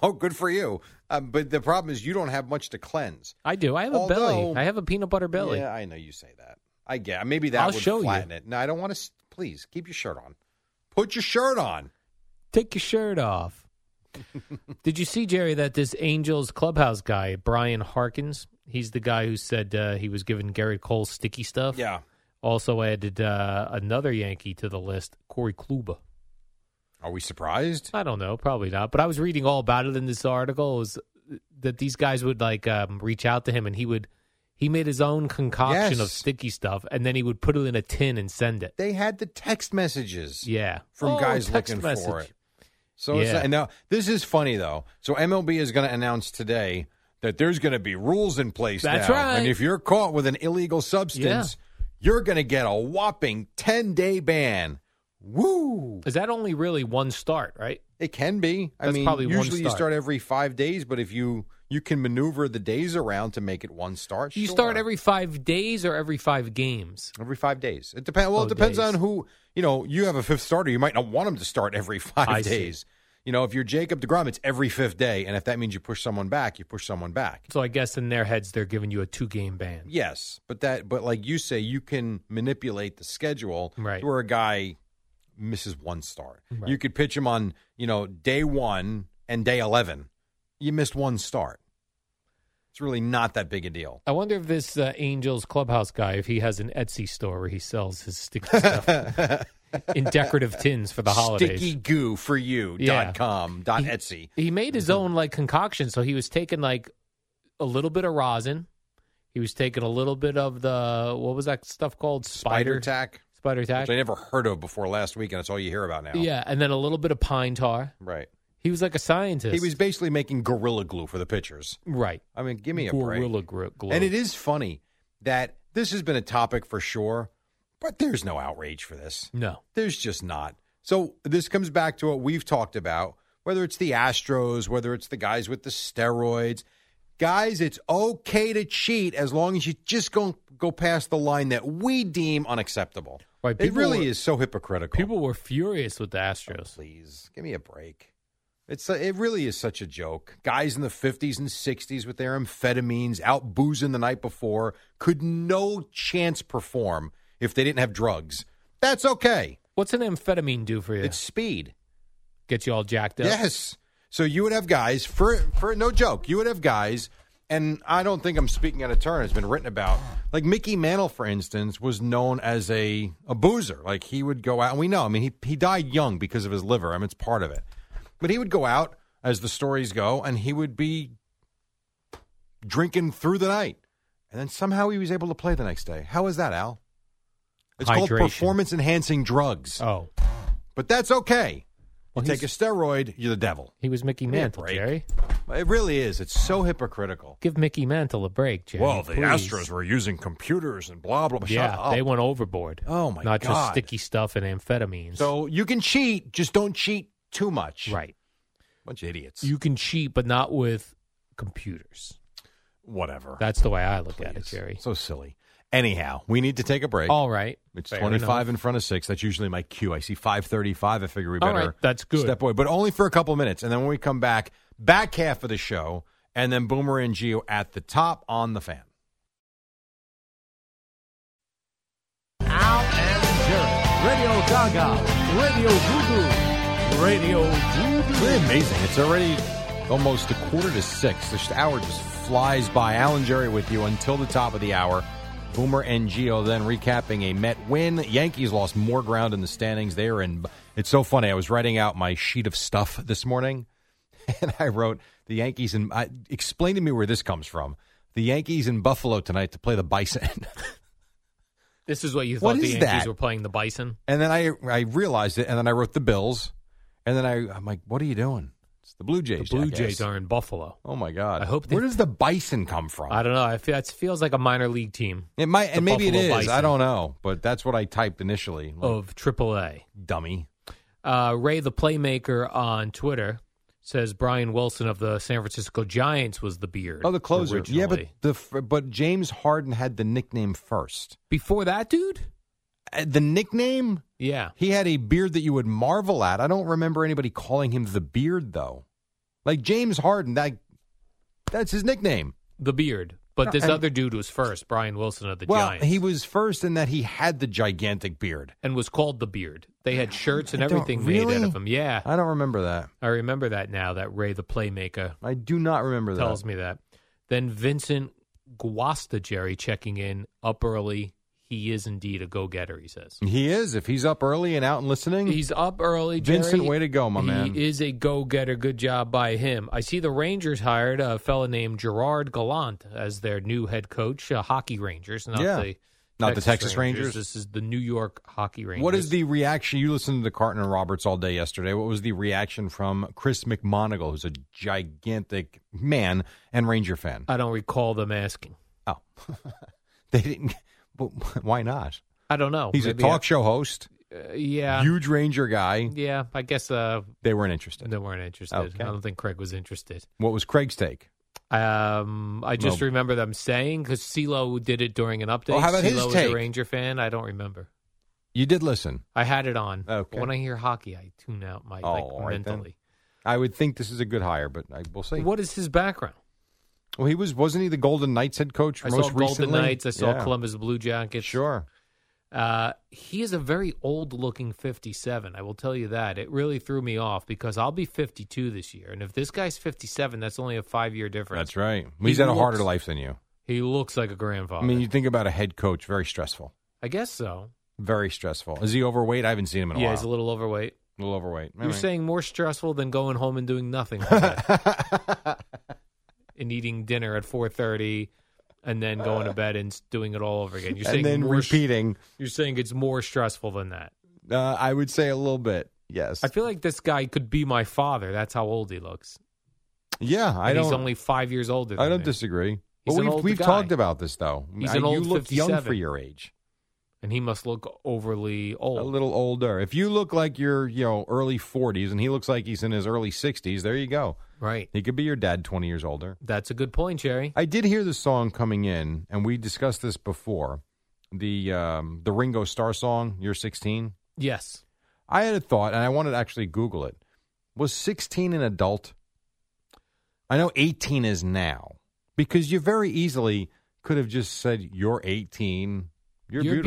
Speaker 1: oh, good for you. Um, but the problem is, you don't have much to cleanse.
Speaker 2: I do. I have a belly.
Speaker 1: Although-
Speaker 2: I have a peanut butter belly.
Speaker 1: Yeah, I know you say that. I get maybe that
Speaker 2: I'll
Speaker 1: would
Speaker 2: show you.
Speaker 1: flatten it. No, I don't want to. Please keep your shirt on. Put your shirt on.
Speaker 2: Take your shirt off. Did you see Jerry that this Angels clubhouse guy Brian Harkins? He's the guy who said uh, he was giving Garrett Cole sticky stuff.
Speaker 1: Yeah.
Speaker 2: Also added uh, another Yankee to the list, Corey Kluba.
Speaker 1: Are we surprised?
Speaker 2: I don't know, probably not. But I was reading all about it in this article. It was that these guys would like um, reach out to him, and he would he made his own concoction of
Speaker 1: Yes.
Speaker 2: sticky stuff, and then he would put it in a tin and send it.
Speaker 1: They had the text messages
Speaker 2: Yeah,
Speaker 1: from
Speaker 2: Oh,
Speaker 1: guys
Speaker 2: text
Speaker 1: looking for
Speaker 2: message.
Speaker 1: it. So it's
Speaker 2: Yeah.
Speaker 1: not, and now this is funny though. So MLB is going to announce today that there's going to be rules in place.
Speaker 2: That's
Speaker 1: now.
Speaker 2: right.
Speaker 1: And if you're caught with an illegal substance, you're going to get a whopping ten day ban. Woo!
Speaker 2: Is that only really one start, right?
Speaker 1: It can be. I
Speaker 2: That's
Speaker 1: mean,
Speaker 2: probably one
Speaker 1: usually you
Speaker 2: start.
Speaker 1: start every five days, but if you you can maneuver the days around to make it one start,
Speaker 2: Do you
Speaker 1: sure.
Speaker 2: start every five days or every five games?
Speaker 1: every five days. It depends. Well,
Speaker 2: Oh,
Speaker 1: it depends
Speaker 2: days.
Speaker 1: on who you know. You have a fifth starter, you might not want him to start every five
Speaker 2: I see.
Speaker 1: days. You know, if you're Jacob Degrom, it's every fifth day, and if that means you push someone back, you push someone back.
Speaker 2: So I guess in their heads they're giving you a two game ban.
Speaker 1: Yes, but that, but like you say, you can manipulate the schedule
Speaker 2: Right.
Speaker 1: to where a guy misses one start. You could pitch him on, you know, day one and day eleven. You missed one start. It's really not that big a deal.
Speaker 2: I wonder if this uh, Angels clubhouse guy, if he has an Etsy store where he sells his sticky stuff in decorative tins for the holidays.
Speaker 1: Sticky goo for you.
Speaker 2: Yeah.
Speaker 1: Dot com. Dot
Speaker 2: He-
Speaker 1: Etsy. Mm-hmm.
Speaker 2: He made his own like concoction. So he was taking like a little bit of rosin. He was taking a little bit of the what was that stuff called?
Speaker 1: Spider tack,
Speaker 2: Spider tack.
Speaker 1: which I never heard of before last week, and that's all you hear about now.
Speaker 2: Yeah, and then a little bit of pine tar.
Speaker 1: right.
Speaker 2: He was like a scientist.
Speaker 1: He was basically making gorilla glue for the pitchers.
Speaker 2: right.
Speaker 1: I mean, give me a break.
Speaker 2: Gorilla gro- glue.
Speaker 1: And it is funny that this has been a topic for sure, but there's no outrage for this.
Speaker 2: no.
Speaker 1: There's just not. So this comes back to what we've talked about, whether it's the Astros, whether it's the guys with the steroids. Guys, it's okay to cheat as long as you just go go past the line that we deem unacceptable.
Speaker 2: Right,
Speaker 1: it
Speaker 2: people
Speaker 1: really
Speaker 2: were-
Speaker 1: is so hypocritical.
Speaker 2: People were furious with the Astros.
Speaker 1: please give me a break. It's it really is such a joke. Guys in the 50s and 60s with their amphetamines, out boozing the night before, could no chance perform if they didn't have drugs. That's okay.
Speaker 2: What's an amphetamine do for you?
Speaker 1: It's speed.
Speaker 2: Get you all jacked up.
Speaker 1: Yes. So you would have guys for for no joke. You would have guys, and I don't think I'm speaking out of turn. It's been written about. Like Mickey Mantle, for instance, was known as a a boozer. Like he would go out, and we know. I mean, he he died young because of his liver. I mean, it's part of it. But he would go out, as the stories go, and he would be drinking through the night, and then somehow he was able to play the next day. How is that, Al? It's called
Speaker 2: Hydration.
Speaker 1: performance enhancing drugs,
Speaker 2: Oh,
Speaker 1: but that's okay.
Speaker 2: Well,
Speaker 1: you take a
Speaker 2: he's-
Speaker 1: steroid, you're the devil.
Speaker 2: he was Mickey Mantle,
Speaker 1: break.
Speaker 2: Jerry.
Speaker 1: It really is. It's so hypocritical.
Speaker 2: Give Mickey Mantle a break, Jerry.
Speaker 1: well, the
Speaker 2: please.
Speaker 1: Astros were using computers and blah blah blah.
Speaker 2: Yeah,
Speaker 1: Shut up.
Speaker 2: they went overboard.
Speaker 1: Oh, my
Speaker 2: Not just
Speaker 1: God.
Speaker 2: sticky stuff and amphetamines.
Speaker 1: so you can cheat, just don't cheat too much.
Speaker 2: right.
Speaker 1: bunch of idiots.
Speaker 2: You can cheat, but not with computers.
Speaker 1: whatever.
Speaker 2: That's the way I look at it,
Speaker 1: Please.
Speaker 2: Jerry.
Speaker 1: So silly. Anyhow, we need to take a break.
Speaker 2: All right.
Speaker 1: It's
Speaker 2: Fair
Speaker 1: 25
Speaker 2: enough.
Speaker 1: in front of 6. That's usually my cue. I see 535. I figure we
Speaker 2: All
Speaker 1: better
Speaker 2: right, that's good.
Speaker 1: step away. But only for a couple minutes. And then when we come back, back half of the show, and then Boomer and Geo at the top on the fan.
Speaker 3: Al and Jerry, Radio Gaga, Radio Voodoo, Radio Voodoo.
Speaker 1: Pretty amazing. It's already almost a quarter to six. This hour just flies by. Alan Jerry with you until the top of the hour. Boomer and Geo then recapping a Met win. Yankees lost more ground in the standings. They are in. It's so funny. I was writing out my sheet of stuff this morning, and I wrote the Yankees and I, explain to me where this comes from. The Yankees in Buffalo tonight to play the Bison.
Speaker 2: This is what you
Speaker 1: What
Speaker 2: thought the
Speaker 1: is
Speaker 2: Yankees
Speaker 1: that?
Speaker 2: were playing the Bison.
Speaker 1: And then I I realized it, and then I wrote the Bills, and then I I'm like, what are you doing? It's the Blue
Speaker 2: The
Speaker 1: Jays.
Speaker 2: Blue
Speaker 1: jackass.
Speaker 2: Jays are in Buffalo.
Speaker 1: Oh my God!
Speaker 2: I hope they-
Speaker 1: Where does the Bison come from?
Speaker 2: I don't know. I feel, it feels like a minor league team
Speaker 1: it might,
Speaker 2: the
Speaker 1: and maybe it is.
Speaker 2: Buffalo
Speaker 1: I
Speaker 2: Bison.
Speaker 1: don't know, but that's what I typed initially. Like,
Speaker 2: of AAA.
Speaker 1: dummy.
Speaker 2: Uh, Ray, the playmaker on Twitter, says Brian Wilson of the San Francisco Giants was the beard.
Speaker 1: Oh, the closer. Yeah, but
Speaker 2: originally.
Speaker 1: the f- but James Harden had the nickname first.
Speaker 2: before that, dude.
Speaker 1: Uh, The nickname
Speaker 2: Yeah,
Speaker 1: he had a beard that you would marvel at. I don't remember anybody calling him the beard though. Like James Harden, that that's his nickname.
Speaker 2: the beard. But this
Speaker 1: And-
Speaker 2: other dude was first, Brian Wilson of the
Speaker 1: well,
Speaker 2: Giants,
Speaker 1: he was first in that he had the gigantic beard.
Speaker 2: and was called the beard. They had shirts and
Speaker 1: I don't-
Speaker 2: everything made out
Speaker 1: really?
Speaker 2: of him. Yeah,
Speaker 1: I don't remember that.
Speaker 2: I remember that now. That Ray, the playmaker,
Speaker 1: I do not remember that.
Speaker 2: tells me that. Then Vincent Guasta Jerry checking in up early. He is indeed a go getter. He says
Speaker 1: He is. If he's up early and out and listening,
Speaker 2: he's up early. Jerry.
Speaker 1: Hmm. Vincent, way to go, my
Speaker 2: he
Speaker 1: man.
Speaker 2: is a go getter. Good job by him. I see the Rangers hired a fella named Gerard Gallant as their new head coach. Uh, hockey Rangers, not
Speaker 1: Yeah.
Speaker 2: the
Speaker 1: Not the Texas Rangers.
Speaker 2: This is the New York Hockey Rangers.
Speaker 1: What is the reaction? You listened to Carton and Roberts all day yesterday. What was the reaction from Chris McMonagle, who's a gigantic man and Ranger fan?
Speaker 2: I don't recall them asking.
Speaker 1: oh, they didn't. Well, why not?
Speaker 2: I don't know.
Speaker 1: He's
Speaker 2: Maybe
Speaker 1: a talk
Speaker 2: I-
Speaker 1: show host,
Speaker 2: uh, yeah,
Speaker 1: huge Ranger guy.
Speaker 2: yeah. I guess uh,
Speaker 1: They weren't interested.
Speaker 2: they weren't interested.
Speaker 1: Okay.
Speaker 2: I don't think Craig was interested.
Speaker 1: What was Craig's take?
Speaker 2: Um, I just
Speaker 1: Well-
Speaker 2: remember them saying because CeeLo did it during an update.
Speaker 1: Oh, how about his
Speaker 2: CeeLo was
Speaker 1: take?
Speaker 2: a Ranger fan. I don't remember.
Speaker 1: You did listen.
Speaker 2: I had it on.
Speaker 1: Okay.
Speaker 2: When I hear hockey, I tune out my
Speaker 1: Oh,
Speaker 2: like
Speaker 1: all right then.
Speaker 2: mentally.
Speaker 1: I would think this is a good hire, but I will see.
Speaker 2: What is his background?
Speaker 1: Well, he was wasn't he the Golden Knights head coach
Speaker 2: I
Speaker 1: most
Speaker 2: saw
Speaker 1: recently?
Speaker 2: Golden Knights. I saw
Speaker 1: Yeah.
Speaker 2: Columbus Blue Jackets.
Speaker 1: Sure.
Speaker 2: Uh, he is a very old-looking 57. I will tell you that. It really threw me off because I'll be 52 this year, and if this guy's 57, that's only a five-year difference.
Speaker 1: That's right.
Speaker 2: He
Speaker 1: He's had a harder
Speaker 2: looks-
Speaker 1: life than you.
Speaker 2: He looks like a grandfather.
Speaker 1: I mean, you think about a head coach, very stressful.
Speaker 2: I guess so.
Speaker 1: Very stressful. Is he overweight? I haven't seen him in a
Speaker 2: yeah,
Speaker 1: while.
Speaker 2: he's a little overweight.
Speaker 1: A little overweight.
Speaker 2: You're saying more stressful than going home and doing nothing all day and eating dinner at 4:30 and then going to bed and s- doing it all over again. You're saying
Speaker 1: and then
Speaker 2: more, s-
Speaker 1: repeating.
Speaker 2: You're saying it's more stressful than that.
Speaker 1: Uh, I would say a little bit. Yes.
Speaker 2: I feel like this guy could be my father. That's how old he looks.
Speaker 1: yeah, I
Speaker 2: And
Speaker 1: don't.
Speaker 2: He's only five years older. Than
Speaker 1: I don't
Speaker 2: me.
Speaker 1: disagree. But
Speaker 2: He's an
Speaker 1: we've
Speaker 2: old
Speaker 1: we've
Speaker 2: guy.
Speaker 1: talked about this though.
Speaker 2: He's
Speaker 1: I-
Speaker 2: an
Speaker 1: you
Speaker 2: old
Speaker 1: look young
Speaker 2: 57.
Speaker 1: for your age.
Speaker 2: And he must look overly
Speaker 1: A
Speaker 2: old.
Speaker 1: little older. If you look like you're, you know, early 40s, and he looks like he's in his early 60s, there you go.
Speaker 2: Right.
Speaker 1: He could be your dad, 20 years older.
Speaker 2: That's a good point, Jerry.
Speaker 1: I did hear the song coming in, and we discussed this before. The um, the Ringo Starr song, "You're 16."
Speaker 2: Yes.
Speaker 1: I had a thought, and I wanted to actually Google it. Was 16 an adult? I know 18 is now, because you very easily could have just said, "You're 18, you're, and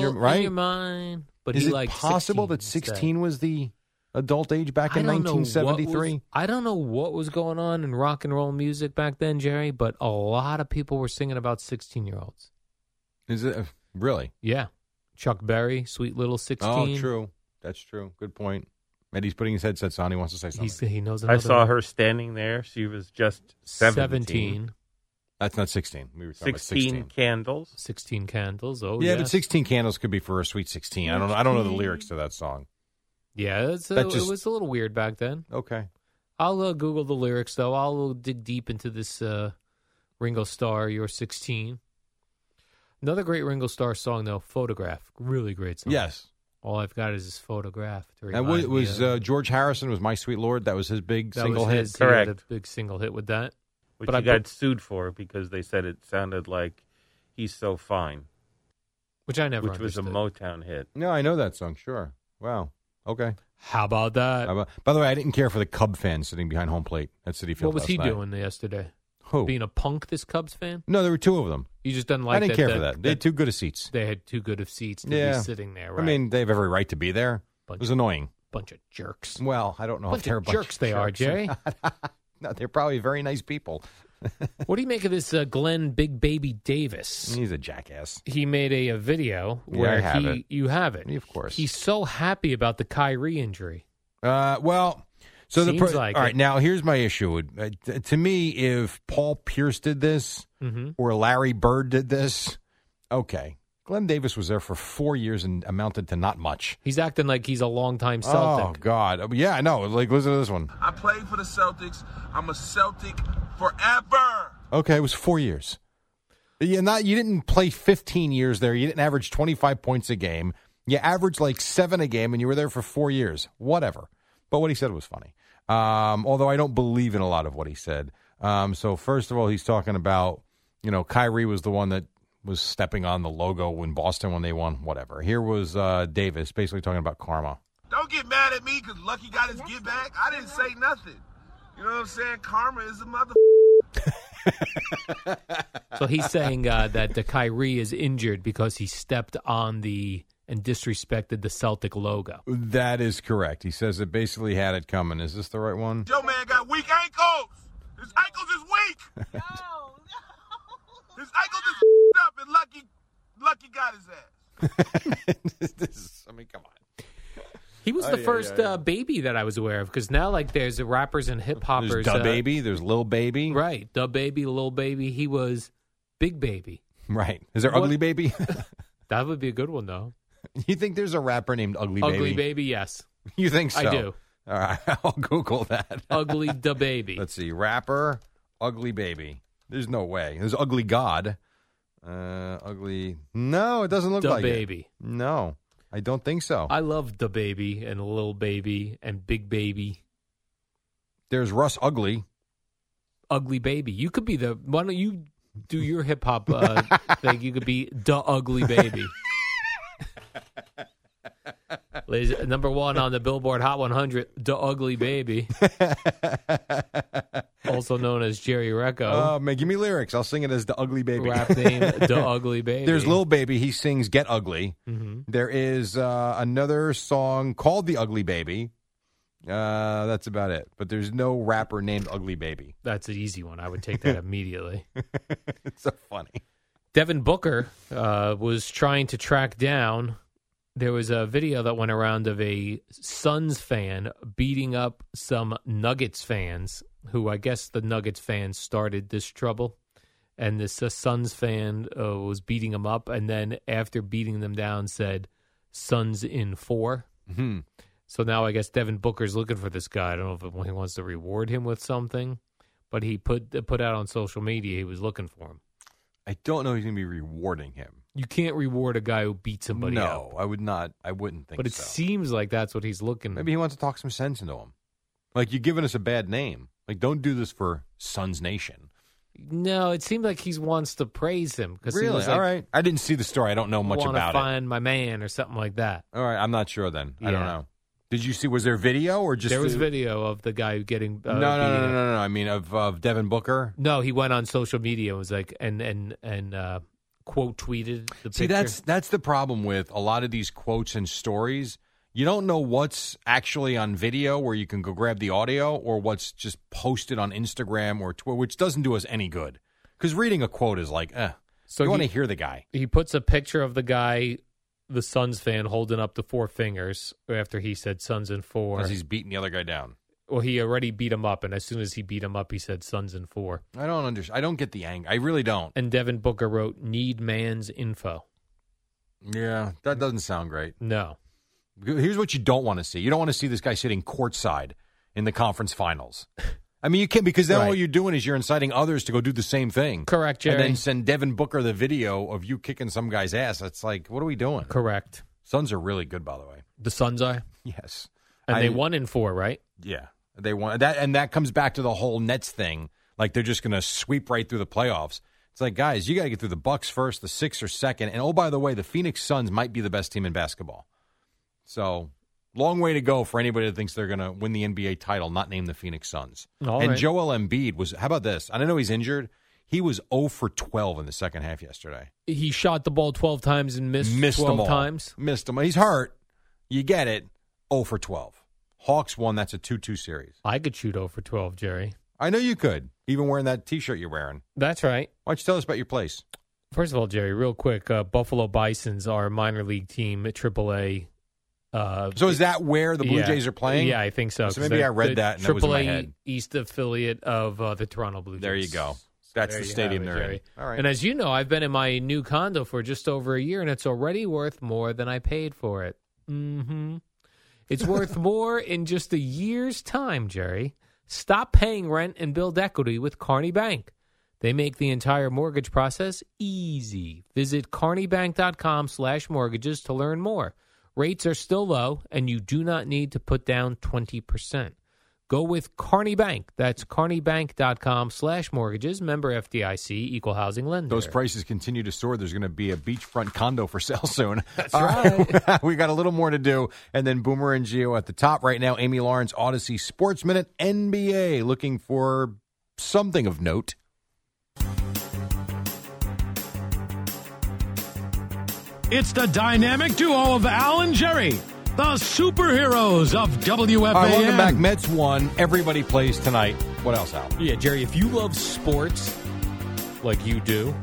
Speaker 1: you're right."
Speaker 2: and you're mine. But
Speaker 1: is
Speaker 2: he
Speaker 1: it
Speaker 2: liked
Speaker 1: possible that
Speaker 2: 16 instead.
Speaker 1: 16 was the adult age back in
Speaker 2: I don't know what was-
Speaker 1: 1973?
Speaker 2: I don't know what was going on in rock and roll music back then, Jerry, but a lot of people were singing about 16 year olds.
Speaker 1: Is it uh, really?
Speaker 2: Yeah. Chuck Berry, Sweet Little 16.
Speaker 1: Oh, true. That's true. Good point. Eddie's putting his headsets on. He wants to say something.
Speaker 2: He's, he knows
Speaker 4: I
Speaker 2: another
Speaker 4: saw
Speaker 2: one.
Speaker 4: her standing there. She was just 17.
Speaker 2: 17.
Speaker 1: That's not 16. We were talking
Speaker 4: 16,
Speaker 1: about 16.
Speaker 4: candles.
Speaker 2: 16 candles. Oh,
Speaker 1: yeah,
Speaker 2: yes.
Speaker 1: but 16 candles could be for a sweet 16. I don't know. I don't know the lyrics to that song.
Speaker 2: Yeah, it's,
Speaker 1: That
Speaker 2: uh,
Speaker 1: just-
Speaker 2: it was a little weird back then.
Speaker 1: Okay.
Speaker 2: I'll uh, Google the lyrics, though. I'll uh, dig deep into this uh, Ringo Starr, You're 16. Another great Ringo Starr song, though, Photograph. Really great song.
Speaker 1: Yes.
Speaker 2: All I've got is this photograph. To
Speaker 1: And what
Speaker 2: remind me
Speaker 1: was
Speaker 2: of-
Speaker 1: uh, George Harrison was My Sweet Lord. That was his big
Speaker 2: that
Speaker 1: single
Speaker 2: was
Speaker 1: hit.
Speaker 2: his, he had
Speaker 4: Correct.
Speaker 2: a big single hit with that.
Speaker 4: Which
Speaker 2: But
Speaker 4: he
Speaker 2: I
Speaker 4: got
Speaker 2: bet-
Speaker 4: sued for because they said it sounded like he's so fine,
Speaker 2: Which I never
Speaker 4: which was a
Speaker 2: understood.
Speaker 4: Motown hit.
Speaker 1: No, I know that song. Sure. Wow. Okay.
Speaker 2: How about that?
Speaker 1: Uh, By the way, I didn't care for the Cub fan sitting behind home plate at City Field.
Speaker 2: what was
Speaker 1: last
Speaker 2: he
Speaker 1: night.
Speaker 2: doing yesterday?
Speaker 1: Who?
Speaker 2: being a punk this Cubs fan?
Speaker 1: No, there were two of them.
Speaker 2: You just didn't like
Speaker 1: I didn't
Speaker 2: that,
Speaker 1: care for that. They had too good of seats.
Speaker 2: they had too good of seats to
Speaker 1: Yeah.
Speaker 2: be sitting there, right?
Speaker 1: I mean, they have every right to be there.
Speaker 2: Bunch
Speaker 1: it was
Speaker 2: of-
Speaker 1: annoying.
Speaker 2: bunch of jerks.
Speaker 1: Well, I don't know
Speaker 2: Bunch
Speaker 1: if they're
Speaker 2: of
Speaker 1: a bunch
Speaker 2: jerks they are,
Speaker 1: Mm, oh, jerks or
Speaker 2: Jerry.
Speaker 1: not. no, they're probably very nice people.
Speaker 2: what do you make of this uh, Glenn Big Baby Davis?
Speaker 1: He's a jackass.
Speaker 2: He made a, a video
Speaker 1: Mm. Yeah, I
Speaker 2: where
Speaker 1: have
Speaker 2: he
Speaker 1: it.
Speaker 2: you have it.
Speaker 1: Yeah, of course.
Speaker 2: He's so happy about the Kyrie injury.
Speaker 1: Uh, well, so the
Speaker 2: Seems like
Speaker 1: all right
Speaker 2: it.
Speaker 1: now. Here's my issue. with- Uh, t- to me, if Paul Pierce did this
Speaker 2: Mhm.
Speaker 1: or Larry Bird did this, okay. Glenn Davis was there for four years and amounted to not much.
Speaker 2: He's acting like he's a longtime
Speaker 1: Oh
Speaker 2: Celtic.
Speaker 1: God! Uh, Yeah, I know. Like, listen to this one.
Speaker 5: I played for the Celtics. I'm a Celtic forever.
Speaker 1: Okay, it was four years. Yeah, not you didn't play 15 years there. You didn't average 25 points a game. You averaged like seven a game, and you were there for four years. Whatever. But what he said was funny. Um, although I don't believe in a lot of what he said. Um, so first of all, he's talking about you know Kyrie was the one that was stepping on the logo in Boston when they won. Whatever. Here was uh, Davis basically talking about karma.
Speaker 5: Don't get mad at me because Lucky got his get back. I didn't say nothing. You know what I'm saying? Karma is a mother.
Speaker 2: So he's saying uh, that the Kyrie is injured because he stepped on the and disrespected the Celtic logo.
Speaker 1: That is correct. He says it basically had it coming. Is this the right one?
Speaker 5: Yo, man got weak ankles. His ankles is weak. No, no. His ankles is up and Lucky, Lucky got his ass.
Speaker 1: this is, I mean, come on.
Speaker 2: He
Speaker 1: Oh,
Speaker 2: was the first Uh, baby that I was aware of because now like there's rappers and hip hoppers.
Speaker 1: There's Da
Speaker 2: uh,
Speaker 1: Baby. There's Lil Baby.
Speaker 2: right? The baby, little baby. He was big baby.
Speaker 1: Right. Is there
Speaker 2: What-
Speaker 1: Ugly Baby?
Speaker 2: That would be a good one though.
Speaker 1: you think there's a rapper named Ugly,
Speaker 2: Ugly baby, yes.
Speaker 1: You think so?
Speaker 2: I do.
Speaker 1: All right. I'll Google that.
Speaker 2: Ugly the baby.
Speaker 1: Let's see. Rapper, Ugly Baby. There's no way. There's Ugly God. Uh, ugly. No, it doesn't look
Speaker 2: the
Speaker 1: like it.
Speaker 2: baby.
Speaker 1: No, I don't think so.
Speaker 2: I love the baby and little baby and big baby,
Speaker 1: There's Russ Ugly.
Speaker 2: ugly baby. You could be the why don't you do your hip hop uh, thing? You could be the ugly baby. Ladies, number one on the Billboard Hot 100, the ugly baby, also known as Jerry Recco,
Speaker 1: Uh, man, give me lyrics. I'll sing it as the Ugly Oh, Baby.
Speaker 2: rap name the ugly baby.
Speaker 1: There's Lil Baby. He sings Get Ugly.
Speaker 2: Mhm.
Speaker 1: There is uh, another song called The Ugly Baby. Uh, that's about it. But there's no rapper named Ugly Baby.
Speaker 2: That's an easy one. I would take that immediately.
Speaker 1: it's so funny.
Speaker 2: Devin Booker uh, was trying to track down. There was a video that went around of a Suns fan beating up some Nuggets fans, who I guess the Nuggets fans started this trouble. And this uh, Suns fan uh, was beating them up, and then after beating them down, said, Suns in four.
Speaker 1: Hmm.
Speaker 2: So now I guess Devin Booker's looking for this guy. I don't know if he wants to reward him with something, but he put put out on social media he was looking for him.
Speaker 1: I don't know. He's gonna be rewarding him.
Speaker 2: You can't reward a guy who beat somebody
Speaker 1: no,
Speaker 2: up.
Speaker 1: I would not. I wouldn't think.
Speaker 2: But it
Speaker 1: so.
Speaker 2: seems like that's what he's looking
Speaker 1: maybe he wants to talk some sense into him. Like you're giving us a bad name. Like don't do this for Suns Nation.
Speaker 2: No, it seemed like he wants to praise him because he
Speaker 1: Really?
Speaker 2: was
Speaker 1: All
Speaker 2: like,
Speaker 1: right. I didn't see the story. I don't know much
Speaker 2: "Wanna
Speaker 1: about
Speaker 2: find my man or something like that.
Speaker 1: it. All right. I'm not sure. Then I don't
Speaker 2: Yeah.
Speaker 1: know. Did you see? Was there video or just
Speaker 2: there was
Speaker 1: the-
Speaker 2: video of the guy getting uh,
Speaker 1: no, no, no,
Speaker 2: beaten
Speaker 1: no,
Speaker 2: up.
Speaker 1: no, no. I mean, of of Devin Booker.
Speaker 2: No, he went on social media and was like and and and uh, quote tweeted the
Speaker 1: See,
Speaker 2: picture.
Speaker 1: that's that's the problem with a lot of these quotes and stories. You don't know what's actually on video where you can go grab the audio or what's just posted on Instagram or Twitter, which doesn't do us any good. Because reading a quote is like, eh.
Speaker 2: So
Speaker 1: you want to
Speaker 2: he-
Speaker 1: hear the guy.
Speaker 2: he puts a picture of the guy, the Suns fan, holding up the four fingers after he said Suns in four.
Speaker 1: Because he's beating the other guy down.
Speaker 2: well, he already beat him up, and as soon as he beat him up, he said Suns in four.
Speaker 1: I don't understand. I don't get the anger. I really don't.
Speaker 2: And Devin Booker wrote, "Need man's info."
Speaker 1: Yeah, that doesn't sound great.
Speaker 2: No,
Speaker 1: Here's what you don't want to see. You don't want to see this guy sitting courtside in the conference finals. I mean, you can't because then all
Speaker 2: Right.
Speaker 1: you're doing is you're inciting others to go do the same thing.
Speaker 2: Correct,
Speaker 1: And
Speaker 2: Jerry.
Speaker 1: then send Devin Booker the video of you kicking some guy's ass. It's like, what are we doing?
Speaker 2: correct.
Speaker 1: Suns are really good, by the way.
Speaker 2: The Suns are,
Speaker 1: Yes,
Speaker 2: and
Speaker 1: I-
Speaker 2: they won in four, right?
Speaker 1: Yeah, they won that, and that comes back to the whole Nets thing. Like they're just going to sweep right through the playoffs. It's like, guys, you got to get through the Bucks first, the Sixers second, and oh by the way, the Phoenix Suns might be the best team in basketball. So long way to go for anybody that thinks they're going to win the NBA title, not name the Phoenix Suns.
Speaker 2: All
Speaker 1: and
Speaker 2: right.
Speaker 1: Joel Embiid was, how about this? I don't know he's injured. He was 0 for 12 in the second half yesterday.
Speaker 2: He shot the ball 12 times and missed,
Speaker 1: Missed
Speaker 2: 12
Speaker 1: them all.
Speaker 2: times.
Speaker 1: Missed them. He's hurt. You get it. 0 for 12. Hawks won. That's a 2 2 series.
Speaker 2: I could shoot over 12, Jerry.
Speaker 1: I know you could, even wearing that t shirt you're wearing.
Speaker 2: That's right.
Speaker 1: Why don't you tell us about your place?
Speaker 2: First of all, Jerry, real quick, uh, Buffalo Bisons are a minor league team at AAA. Uh,
Speaker 1: So is that where the Blue
Speaker 2: yeah.
Speaker 1: Jays are playing?
Speaker 2: Yeah, I think so.
Speaker 1: So
Speaker 2: 'cause
Speaker 1: maybe
Speaker 2: they're
Speaker 1: I read
Speaker 2: the
Speaker 1: that and that was in my
Speaker 2: AAA
Speaker 1: head.
Speaker 2: East affiliate of uh, the Toronto Blue Jays.
Speaker 1: There you go. That's
Speaker 2: There
Speaker 1: the
Speaker 2: you
Speaker 1: stadium
Speaker 2: have it,
Speaker 1: they're
Speaker 2: Jerry.
Speaker 1: in. All right.
Speaker 2: And as you know, I've been in my new condo for just over a year, and it's already worth more than I paid for it. hmm It's worth more in just a year's time, Jerry. Stop paying rent and build equity with Carney Bank. They make the entire mortgage process easy. Visit carneybank.com slash mortgages to learn more. Rates are still low, and you do not need to put down 20%. Go with Carney Bank. That's carneybank.com slash mortgages. Member FDIC, equal housing lender.
Speaker 1: Those prices continue to soar. There's going to be a beachfront condo for sale soon. That's
Speaker 2: right.
Speaker 1: we got a little more to do. And then Boomer and Geo at the top right now. Amy Lawrence, Odyssey Sports Minute, NBA, looking for something of note.
Speaker 3: It's the dynamic duo of Al and Jerry, the superheroes of WFAN.
Speaker 1: All right, welcome back. Mets won. Everybody plays tonight. What else, Al?
Speaker 2: Yeah, Jerry, if you love sports like you do,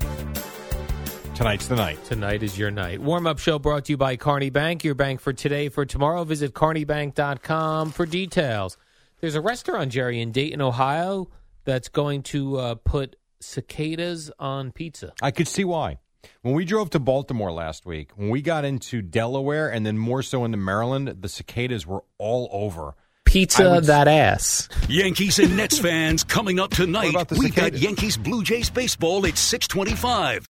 Speaker 1: Tonight's the night.
Speaker 2: Tonight is your night. Warm up show brought to you by Carney Bank, your bank for today. For tomorrow, visit carneybank.com for details. There's a restaurant, Jerry, in Dayton, Ohio, that's going to uh, put cicadas on pizza.
Speaker 1: I could see why. When we drove to Baltimore last week, when we got into Delaware and then more so into Maryland, the cicadas were all over.
Speaker 2: Pizza
Speaker 1: I would-
Speaker 2: that ass.
Speaker 6: Yankees and Nets fans coming up tonight.
Speaker 1: What about the
Speaker 6: We've got
Speaker 1: cicadas?
Speaker 6: Yankees Blue Jays baseball at 625.